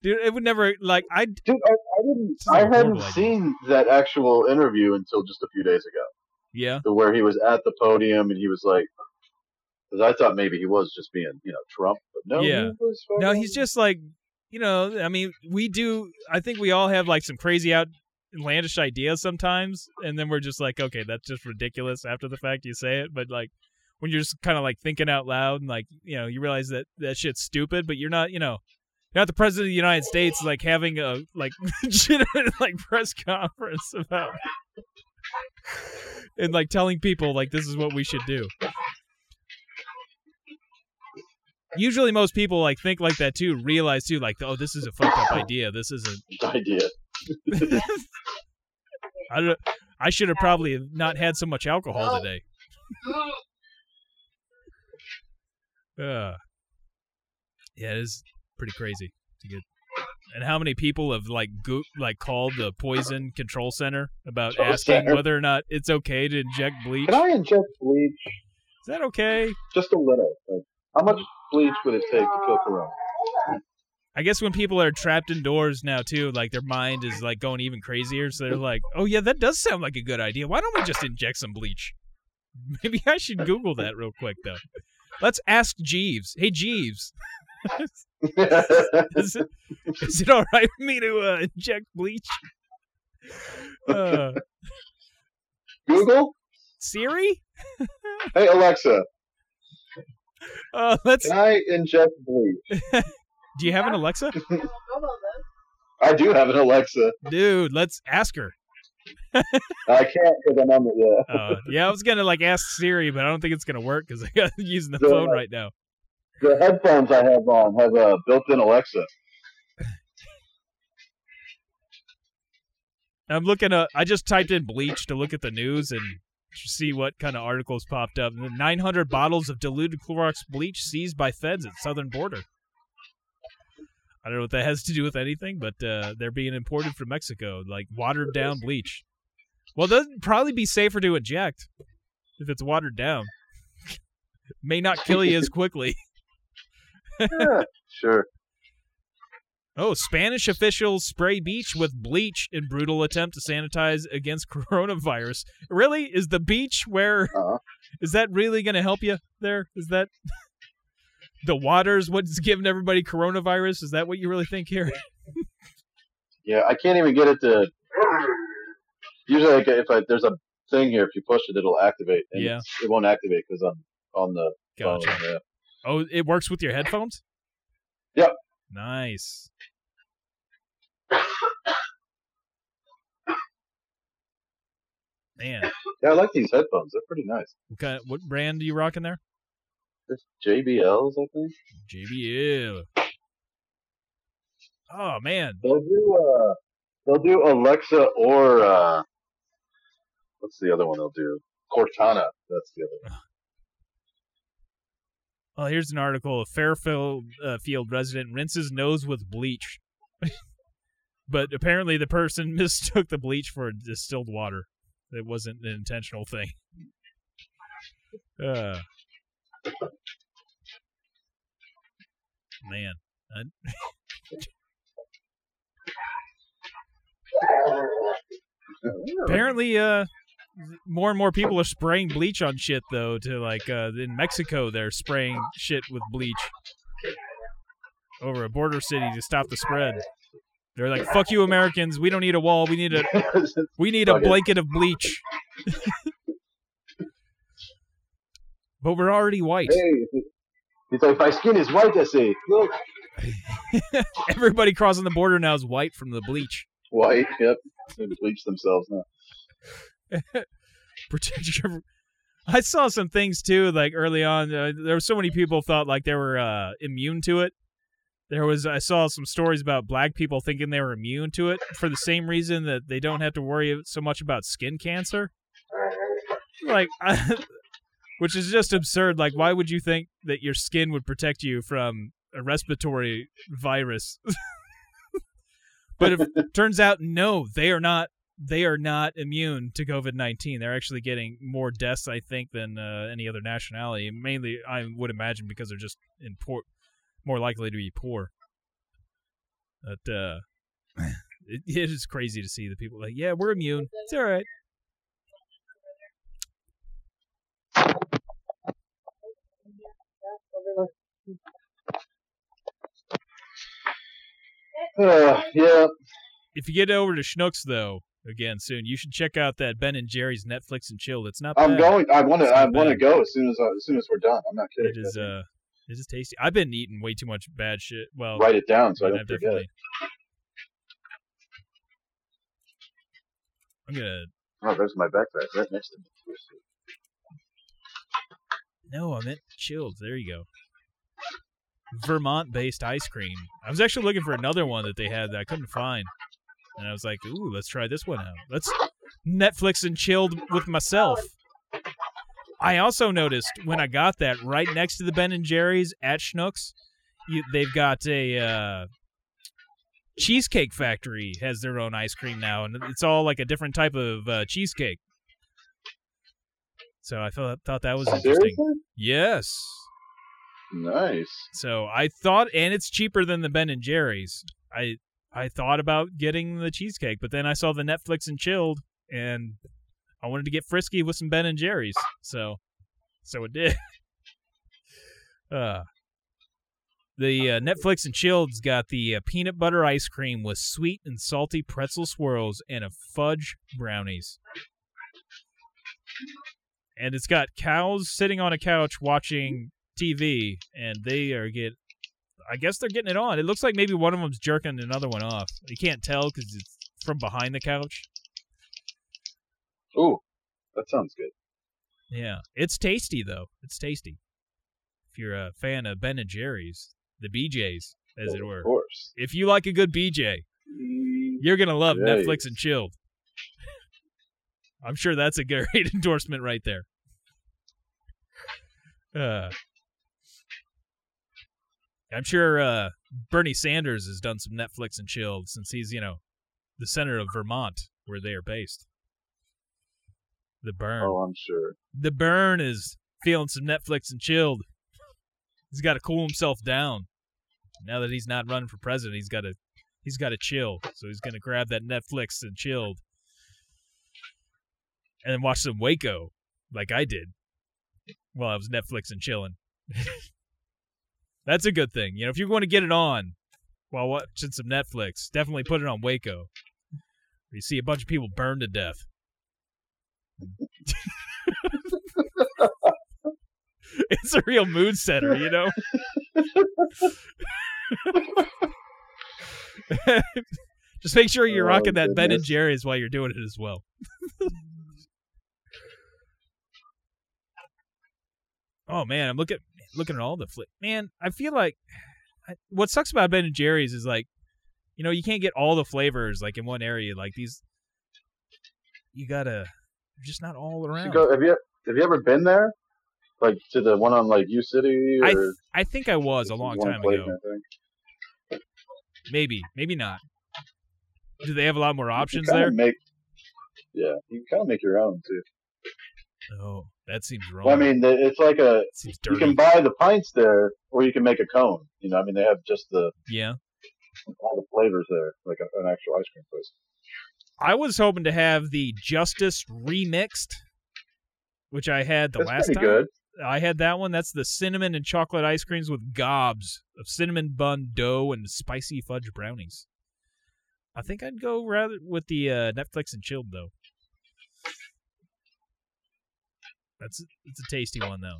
Speaker 4: Dude, it would never like I
Speaker 6: Dude, I, I didn't.
Speaker 4: This is a
Speaker 6: I hadn't
Speaker 4: horrible idea.
Speaker 6: seen that actual interview until just a few days ago,
Speaker 4: yeah.
Speaker 6: to where he was at the podium and he was like, because I thought maybe he was just being, you know, Trump, but no,
Speaker 4: Yeah.
Speaker 6: he was
Speaker 4: No,
Speaker 6: fucking-
Speaker 4: he's just like you know, I mean, we do I think we all have like some crazy out outlandish ideas sometimes and then we're just like, okay, that's just ridiculous after the fact you say it, but like when you're just kind of like thinking out loud and like, you know, you realize that that shit's stupid, but you're not, you know, you're not the president of the United States like having a like legitimate like press conference about and like telling people like this is what we should do. Usually most people like think like that too, realize too like oh this is a fucked up idea. This isn't
Speaker 6: idea.
Speaker 4: I don't I should have probably have not had so much alcohol today. uh, yeah, it is pretty crazy to get. And how many people have like go- like called the poison control center about
Speaker 6: Control
Speaker 4: asking
Speaker 6: center.
Speaker 4: whether or not it's okay to inject bleach?
Speaker 6: Can I inject bleach?
Speaker 4: Is that okay?
Speaker 6: Just a little. Like, how much bleach would it take to kill corona?
Speaker 4: I guess when people are trapped indoors now too, like their mind is like going even crazier. So they're like, "Oh yeah, that does sound like a good idea. Why don't we just inject some bleach?" Maybe I should Google that real quick though. Let's ask Jeeves. Hey Jeeves, is it, is it all right for me to uh, inject bleach? Uh,
Speaker 6: Google?
Speaker 4: Siri,
Speaker 6: Hey Alexa,
Speaker 4: uh, let's.
Speaker 6: can I inject bleach?
Speaker 4: Do you have an Alexa,
Speaker 6: I do have an Alexa.
Speaker 4: dude? Let's ask her.
Speaker 6: I can't because I'm on the yeah.
Speaker 4: Uh, yeah, I was gonna like ask Siri, but I don't think it's gonna work because I'm using the
Speaker 6: Yeah.
Speaker 4: phone right now.
Speaker 6: The headphones I have on have a built-in Alexa.
Speaker 4: I'm looking at. I just typed in bleach to look at the news and see what kind of articles popped up. And then 900 bottles of diluted Clorox bleach seized by feds at southern border. I don't know what that has to do with anything, but uh, they're being imported from Mexico, like watered down bleach. Well, that'd probably be safer to inject if it's watered down. May not kill you as quickly.
Speaker 6: Yeah, sure.
Speaker 4: Oh, Spanish officials spray beach with bleach in brutal attempt to sanitize against coronavirus. Really? Is the beach where is
Speaker 6: Uh-huh.
Speaker 4: that really going to help you there? Is that the water's what's giving everybody coronavirus? Is that what you really think here?
Speaker 6: Yeah, I can't even get it to. Usually, like, if I, there's a thing here, if you push it, it'll activate. And
Speaker 4: Yeah.
Speaker 6: It won't activate because I'm on the phone.
Speaker 4: Gotcha.
Speaker 6: yeah.
Speaker 4: Oh, it works with your headphones?
Speaker 6: Yep.
Speaker 4: Nice. Man,
Speaker 6: Yeah, I like these headphones. They're pretty nice.
Speaker 4: what, kind what brand are you rocking there?
Speaker 6: It's JBLs, I think.
Speaker 4: JBL. Oh man,
Speaker 6: They'll do. Uh, they'll do Alexa or uh, what's the other one? They'll do Cortana. That's the other.
Speaker 4: Well, here's an article: a Fairfield uh, field resident rinses nose with bleach, but apparently the person mistook the bleach for distilled water. It wasn't an intentional thing. Uh, man, apparently, uh, more and more people are spraying bleach on shit though. To like uh, in Mexico, they're spraying shit with bleach over a border city to stop the spread. They're like, "Fuck you, Americans! We don't need a wall. We need a we need a
Speaker 6: Fuck it.
Speaker 4: blanket of bleach. but we're already white.
Speaker 6: hey, he's like, my skin is white. I say, look,
Speaker 4: Everybody crossing the border now is white from the bleach.
Speaker 6: white. Yep, they bleach themselves now.
Speaker 4: Protect your. I saw some things too, like early on. Uh, there were so many people thought like they were uh, immune to it. There was I saw some stories about black people thinking they were immune to it for the same reason that they don't have to worry so much about skin cancer. Like, which is just absurd. Like, why would you think that your skin would protect you from a respiratory virus? but if turns out no, they are not they are not immune to COVID nineteen. They're actually getting more deaths, I think, than uh, any other nationality. Mainly, I would imagine, because they're just in poor, more likely to be poor. But uh, it, it is crazy to see the people like, yeah, we're immune. It's all right.
Speaker 6: Uh, yeah,
Speaker 4: If you get over to Schnucks though, again soon, you should check out that Ben and Jerry's Netflix and chill. It's not.
Speaker 6: I'm
Speaker 4: bad.
Speaker 6: going. I want to.
Speaker 4: Uh, It's
Speaker 6: I
Speaker 4: not
Speaker 6: want to
Speaker 4: bad.
Speaker 6: go as soon as as soon as we're done. I'm not kidding.
Speaker 4: It is. Uh, it is tasty. I've been eating way too much bad shit. Well,
Speaker 6: Write it down so I
Speaker 4: Yeah,
Speaker 6: don't forget.
Speaker 4: definitely. I'm gonna
Speaker 6: Oh, there's my backpack right next to me.
Speaker 4: no, I meant chilled. There you go. Vermont based ice cream. I was actually looking for another one that they had that I couldn't find. And I was like, ooh, let's try this one out. Let's Netflix and chilled with myself. I also noticed when I got that right next to the Ben and Jerry's at Schnucks, you, they've got a uh, Cheesecake Factory has their own ice cream now, and it's all like a different type of uh, cheesecake. So I thought thought that was interesting.
Speaker 6: Seriously?
Speaker 4: Yes.
Speaker 6: Nice.
Speaker 4: So I thought, and it's cheaper than the Ben and Jerry's. I I thought about getting the cheesecake, but then I saw the Netflix and chilled, and I wanted to get frisky with some Ben and Jerry's. So, so it did. uh, the uh, Netflix and chilled's got the uh, peanut butter ice cream with sweet and salty pretzel swirls and a fudge brownies. And it's got cows sitting on a couch watching TV, and they are get. I guess they're getting it on. It looks like maybe one of them's jerking another one off. You can't tell because it's from behind the couch.
Speaker 6: Ooh, that sounds good.
Speaker 4: Yeah, it's tasty though. It's tasty. If you're a fan of Ben and Jerry's, the BJ's, as it were.
Speaker 6: Of course.
Speaker 4: If you like a good BJ,
Speaker 6: Mm,
Speaker 4: you're gonna love
Speaker 6: Yeah,
Speaker 4: Netflix and Chilled. I'm sure that's a great endorsement right there. Uh, I'm sure uh, Bernie Sanders has done some Netflix and Chilled since he's you know the senator of Vermont where they are based. The burn,
Speaker 6: Oh, I'm sure.
Speaker 4: the burn is feeling some Netflix and Chilled. He's got to cool himself down. Now that he's not running for president, he's got to he's got to chill. So he's going to grab that Netflix and chilled, and then watch some Waco, like I did, while I was Netflix and chilling. That's a good thing, you know. If you're going to get it on while watching some Netflix, definitely put it on Waco. where You see a bunch of people burned to death. it's a real mood setter, you know. Just make sure you're
Speaker 6: Oh,
Speaker 4: rocking that Ben and
Speaker 6: goodness.
Speaker 4: Jerry's while you're doing it as well. oh man, I'm looking looking at all the flick. Man, I feel like I, what sucks about Ben and Jerry's is like, you know, you can't get all the flavors like in one area. Like these, you gotta they're just not all
Speaker 6: You
Speaker 4: around.
Speaker 6: go, have you have you ever been there? Like to the one on like U City or
Speaker 4: I th- I think I was a
Speaker 6: just
Speaker 4: long
Speaker 6: one
Speaker 4: time
Speaker 6: place,
Speaker 4: ago.
Speaker 6: I think.
Speaker 4: Maybe, maybe not. Do they have a lot more options
Speaker 6: you can
Speaker 4: there?
Speaker 6: kinda Make, yeah, you can kind of make your own too.
Speaker 4: Oh, that seems wrong.
Speaker 6: Well, I mean, the- it's like a
Speaker 4: seems
Speaker 6: you
Speaker 4: dirty.
Speaker 6: can buy the pints there, or you can make a cone. You know, I mean, they have just the
Speaker 4: yeah.
Speaker 6: all the flavors there, like a, an actual ice cream place.
Speaker 4: I was hoping to have the Justice remixed, which I had the
Speaker 6: That's
Speaker 4: last
Speaker 6: pretty
Speaker 4: time.
Speaker 6: good.
Speaker 4: I had that one. That's the cinnamon and chocolate ice creams with gobs of cinnamon bun dough and spicy fudge brownies. I think I'd go rather with the uh, Netflix and chilled though. That's it's a tasty one though.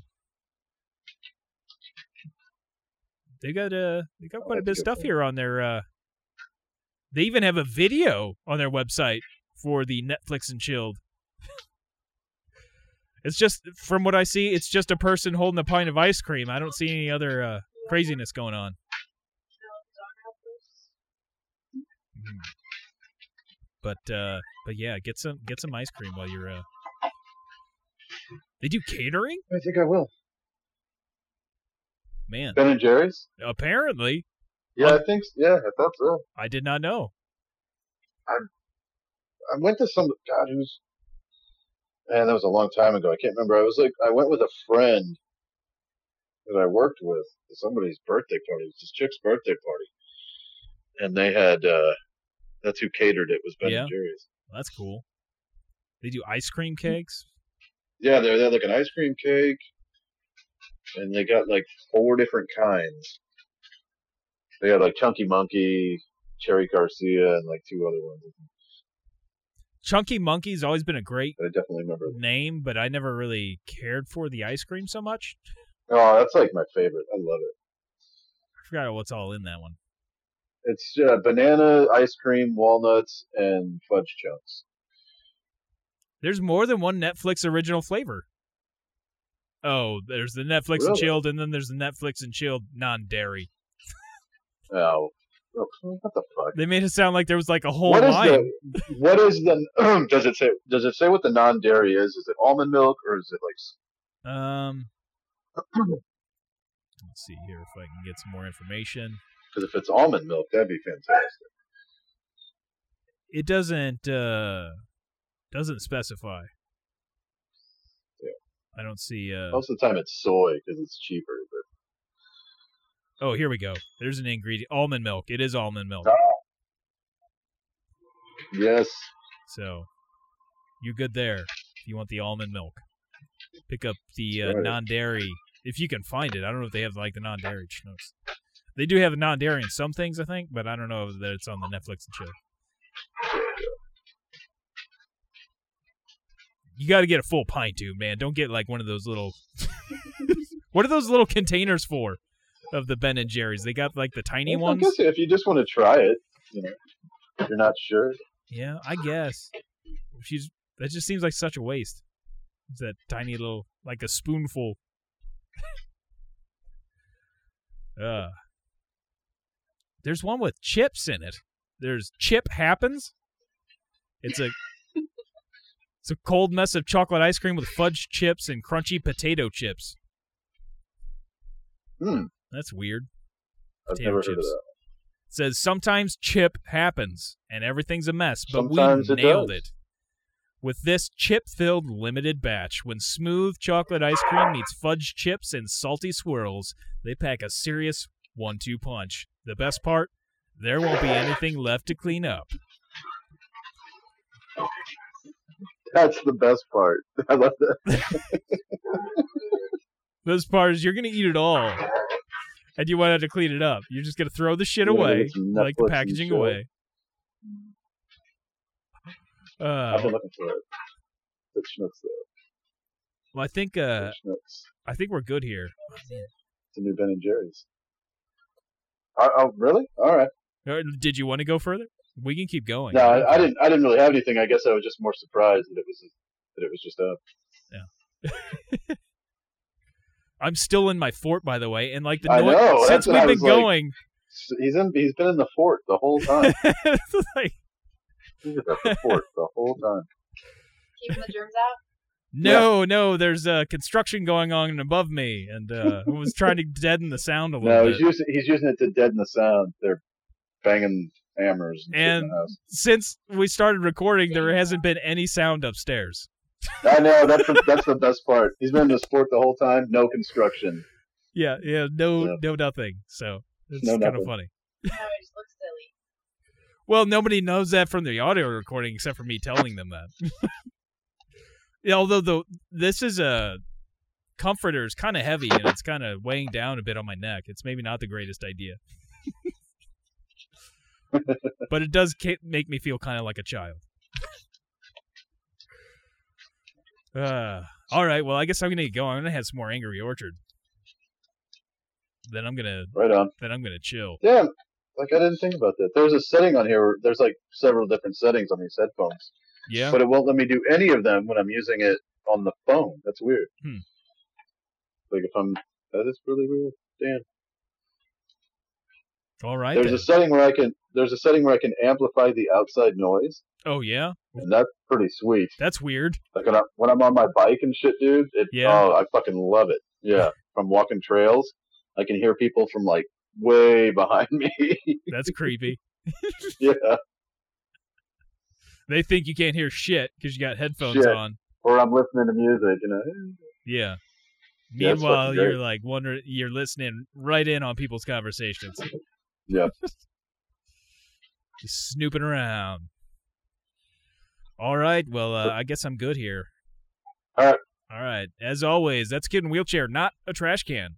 Speaker 4: They got uh they got
Speaker 6: Oh,
Speaker 4: quite a bit of
Speaker 6: that's a good
Speaker 4: stuff
Speaker 6: point.
Speaker 4: here on their uh they even have a video on their website for the Netflix and chilled. It's just from what I see, it's just a person holding a pint of ice cream. I don't see any other uh, craziness going on. Mm. But uh, but yeah, get some get some ice cream while you're. Uh... They do catering,
Speaker 6: I think I will.
Speaker 4: man.
Speaker 6: Ben and Jerry's.
Speaker 4: Apparently,
Speaker 6: Yeah, I think. s- Yeah, I thought so.
Speaker 4: I did not know.
Speaker 6: I went to some God who's man, that was a long time ago. I can't remember. I was like I went with a friend that I worked with somebody's birthday party. It was this chick's birthday party, and they had uh, that's who catered it was Ben
Speaker 4: Yeah.
Speaker 6: and Jerry's.
Speaker 4: That's cool. They do ice cream cakes.
Speaker 6: Yeah, they they had like an ice cream cake, and they got like four different kinds. They had like Chunky Monkey, Cherry Garcia, and like two other ones.
Speaker 4: Chunky Monkey's always been a great
Speaker 6: I definitely remember.
Speaker 4: name, but I never really cared for the ice cream so much.
Speaker 6: Oh, that's like my favorite. I love it.
Speaker 4: I forgot what's all in that one.
Speaker 6: It's uh, banana ice cream, walnuts, and fudge chunks.
Speaker 4: There's more than one Netflix original flavor. Oh, there's the Netflix and
Speaker 6: Really?
Speaker 4: chilled, and then there's the Netflix and chilled non-dairy.
Speaker 6: Oh, oh, what the fuck?
Speaker 4: They made it sound like there was like a whole
Speaker 6: What is
Speaker 4: line.
Speaker 6: the what is the does it say does it say what the non dairy is? Is it almond milk or is it like s-
Speaker 4: Um, let's see here if I can get some more information.
Speaker 6: Because if it's almond milk, that'd be fantastic.
Speaker 4: It doesn't uh doesn't specify.
Speaker 6: Yeah.
Speaker 4: I don't see. Uh,
Speaker 6: Most of the time, it's soy because it's cheaper. But
Speaker 4: oh, here we go. There's an ingredient: almond milk. It is almond milk.
Speaker 6: yes,
Speaker 4: So you're good there. If you want the almond milk, pick up the uh,
Speaker 6: Got it.
Speaker 4: non-dairy if you can find it. I don't know if they have like the non-dairy schnooks. They do have non-dairy in some things, I think, but I don't know that it's on the Netflix and chill. You got to get a full pint, dude, man. Don't get like one of those little. what are those little containers for? Of the Ben and Jerry's, they got like the tiny
Speaker 6: Well, I
Speaker 4: ones.
Speaker 6: guess if you just want to try it, you know, if you're not sure.
Speaker 4: Yeah, I guess. She's that just seems like such a waste. It's that tiny little like a spoonful. uh There's one with chips in it. There's chip happens. It's a It's a cold mess of chocolate ice cream with fudge chips and crunchy potato chips.
Speaker 6: Hmm,
Speaker 4: That's weird.
Speaker 6: I've
Speaker 4: Potato
Speaker 6: never heard of
Speaker 4: chips.
Speaker 6: that.
Speaker 4: It says sometimes chip happens and everything's a mess, but
Speaker 6: Sometimes
Speaker 4: we
Speaker 6: it
Speaker 4: nailed
Speaker 6: does.
Speaker 4: it. With this chip filled limited batch, when smooth chocolate ice cream meets fudge chips and salty swirls, they pack a serious one two punch. The best part? There won't be anything left to clean up.
Speaker 6: That's the best part. I love that.
Speaker 4: Best part is you're going to eat it all and you won't have to clean it up. You're just going to throw the shit
Speaker 6: You're gonna
Speaker 4: away,
Speaker 6: get some
Speaker 4: like the
Speaker 6: Netflix and
Speaker 4: packaging
Speaker 6: chill.
Speaker 4: away.
Speaker 6: I've
Speaker 4: Uh,
Speaker 6: been looking for it. The schnooks, though.
Speaker 4: well, I think uh,
Speaker 6: The schnooks.
Speaker 4: I think we're good here.
Speaker 6: It's a new Ben and Jerry's. Oh, oh, really? All right.
Speaker 4: Or Uh, Did you want to go further? We can keep going.
Speaker 6: No, I, I didn't. I didn't really have anything. I guess I was just more surprised that it was that it was just up.
Speaker 4: I'm still in my fort, by the way, and like the
Speaker 6: I
Speaker 4: noise
Speaker 6: know,
Speaker 4: since
Speaker 6: that's what
Speaker 4: we've
Speaker 6: I
Speaker 4: been
Speaker 6: was like-
Speaker 4: going,
Speaker 6: He's in. He's been in the fort the whole time.
Speaker 4: it's like,
Speaker 6: He was at the fort the whole time.
Speaker 3: Keeping the germs out.
Speaker 4: no, no, there's uh, construction going on above me, and uh, I was trying to deaden the sound a little
Speaker 6: No, he's
Speaker 4: bit.
Speaker 6: using he's using it to deaden the sound. They're banging hammers and, shit in
Speaker 4: And-
Speaker 6: the house.
Speaker 4: Since we started recording, there hasn't been any sound upstairs.
Speaker 6: I know that's the, that's the best part. He's been in the sport the whole time. No construction.
Speaker 4: Yeah, yeah, no,
Speaker 6: Yeah.
Speaker 4: no, nothing. So it's
Speaker 6: No
Speaker 4: kind of
Speaker 6: nothing.
Speaker 4: funny.
Speaker 3: No, it just looks silly.
Speaker 4: Well, nobody knows that from the audio recording except for me telling them that. Yeah, Although the this is a comforter is kind of heavy and it's kind of weighing down a bit on my neck. It's maybe not the greatest idea, but it does ca- make me feel kind of like a child. Uh, all right. Well, I guess I'm gonna go. I'm gonna have some more Angry Orchard. Then I'm gonna
Speaker 6: Right on.
Speaker 4: then I'm gonna chill.
Speaker 6: Yeah. Like I didn't think about that. There's a setting on here. Where there's like several different settings on these headphones,
Speaker 4: Yeah.
Speaker 6: but it won't let me do any of them when I'm using it on the phone. That's weird.
Speaker 4: Hmm.
Speaker 6: Like if I'm that is really weird.
Speaker 4: All right.
Speaker 6: There's
Speaker 4: then.
Speaker 6: a setting where I can there's a setting where I can amplify the outside noise,
Speaker 4: oh yeah.
Speaker 6: and that's pretty sweet.
Speaker 4: That's weird.
Speaker 6: Like when, I, when I'm on my bike and shit, dude. It,
Speaker 4: Yeah.
Speaker 6: Oh, I fucking love it. Yeah. If I'm walking trails, I can hear people from like way behind me.
Speaker 4: That's creepy.
Speaker 6: yeah.
Speaker 4: They think you can't hear shit because you got headphones
Speaker 6: Shit.
Speaker 4: on.
Speaker 6: Or I'm listening to music, you know.
Speaker 4: Yeah.
Speaker 6: Yeah, that's
Speaker 4: Meanwhile,
Speaker 6: fucking
Speaker 4: you're
Speaker 6: great.
Speaker 4: like wondering, you're listening right in on people's conversations.
Speaker 6: Yep.
Speaker 4: Just snooping around. All right. Well, uh, I guess I'm good here.
Speaker 6: All right.
Speaker 4: All right. As always, that's kid in wheelchair, not a trash can.